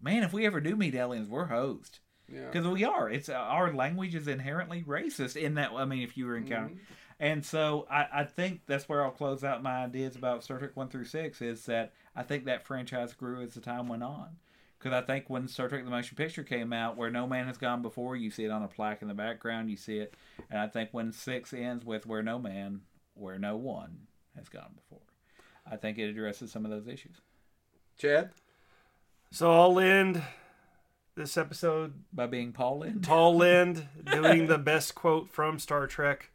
C: man if we ever do meet aliens we're hosed.
B: Yeah.
C: because we are it's uh, our language is inherently racist in that i mean if you were
B: Mm-hmm.
C: encountering and so I, I think that's where i'll close out my ideas about star trek 1 through 6 is that i think that franchise grew as the time went on because i think when star trek the motion picture came out where no man has gone before you see it on a plaque in the background you see it and i think when 6 ends with where no man where no one has gone before i think it addresses some of those issues
B: Chad?
D: So I'll end this episode
C: by being paul Lynde.
D: Paul Lind doing the best quote from Star Trek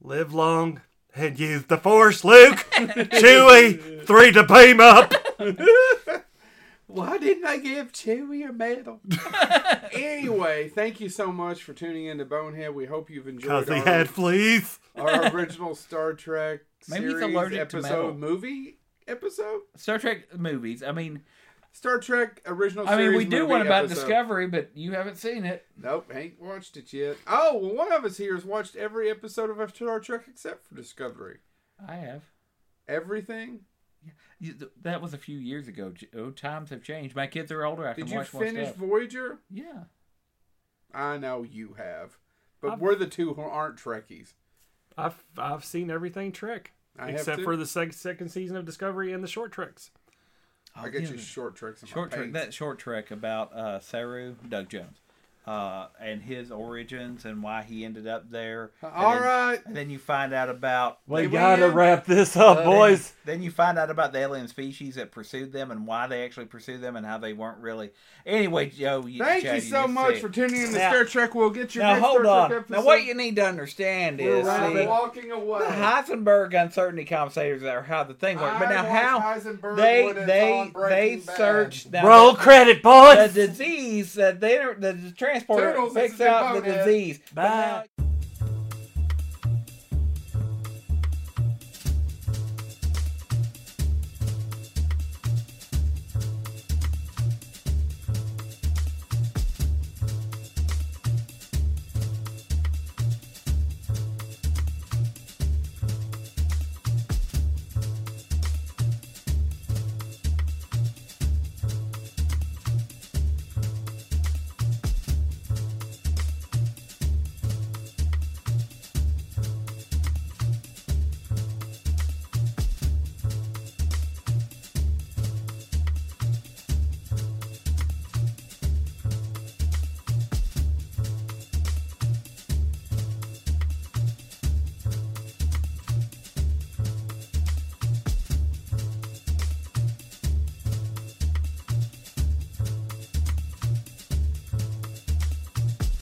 D: Live long and use the force, Luke. Chewie, three to beam up.
B: Why didn't I give Chewie a medal? anyway, thank you so much for tuning in to Bonehead. We hope you've
D: Because
B: enjoyed
D: he
B: our,
D: had fleas.
B: our original Star Trek
C: Maybe he's
B: series
C: allergic to
B: episode
C: metal.
B: movie episode.
C: star trek movies i mean
B: Star Trek original.
F: I mean, we
B: series
F: do
B: movie
F: one about
B: episode.
F: Discovery, but you haven't seen it.
B: Nope, ain't watched it yet. Oh, well, one of us here has watched every episode of Star Trek except for Discovery.
F: I have.
B: Everything.
F: You- th- That was a few years ago. J- Oh, times have changed. My kids are older. I
B: Did
F: can
B: you
F: watch more
B: finish
F: stuff.
B: Voyager?
F: yeah.
B: I know you have, but we're the two who aren't Trekkies.
D: I've I've seen everything Trek
B: I have
D: except
B: too.
D: for the sec- second season of Discovery and the short treks.
B: I get
C: yeah.
B: you short tricks. In
C: Oh, Short
B: my
C: trek.
B: pants.
C: That short trek about uh, Saru Doug Jones, uh, and his origins and why he ended up there.
B: Uh, All
C: and then,
B: right.
C: And then you find out about
A: We
B: Did we
A: gotta
B: end?
A: wrap this up,
C: Uh,
A: boys.
C: Then, then you find out about the alien species that pursued them and why they actually pursued them and how they weren't really. Anyway, Joe. You,
B: Thank
C: Chad,
B: you so
C: just
B: much
C: said-
B: for tuning in to
C: Now-
B: Star Trek. We'll get your
C: Now
B: next
C: hold
B: Star
C: on.
B: Trek episode.
C: Now what you need to understand
B: We're
C: is
B: around
C: see,
B: walking away.
C: the Heisenberg uncertainty compensators are how the thing works. But now
B: I
C: how
B: watch Heisenberg
C: they
B: when it's
C: they
B: on Breaking
C: they
B: Bad.
C: search now
A: Roll credit, boys.
C: the disease that they the transporter
B: Toodles, this
C: picks
B: is your
C: out the
B: bonehead.
C: disease. But
A: Bye.
C: now-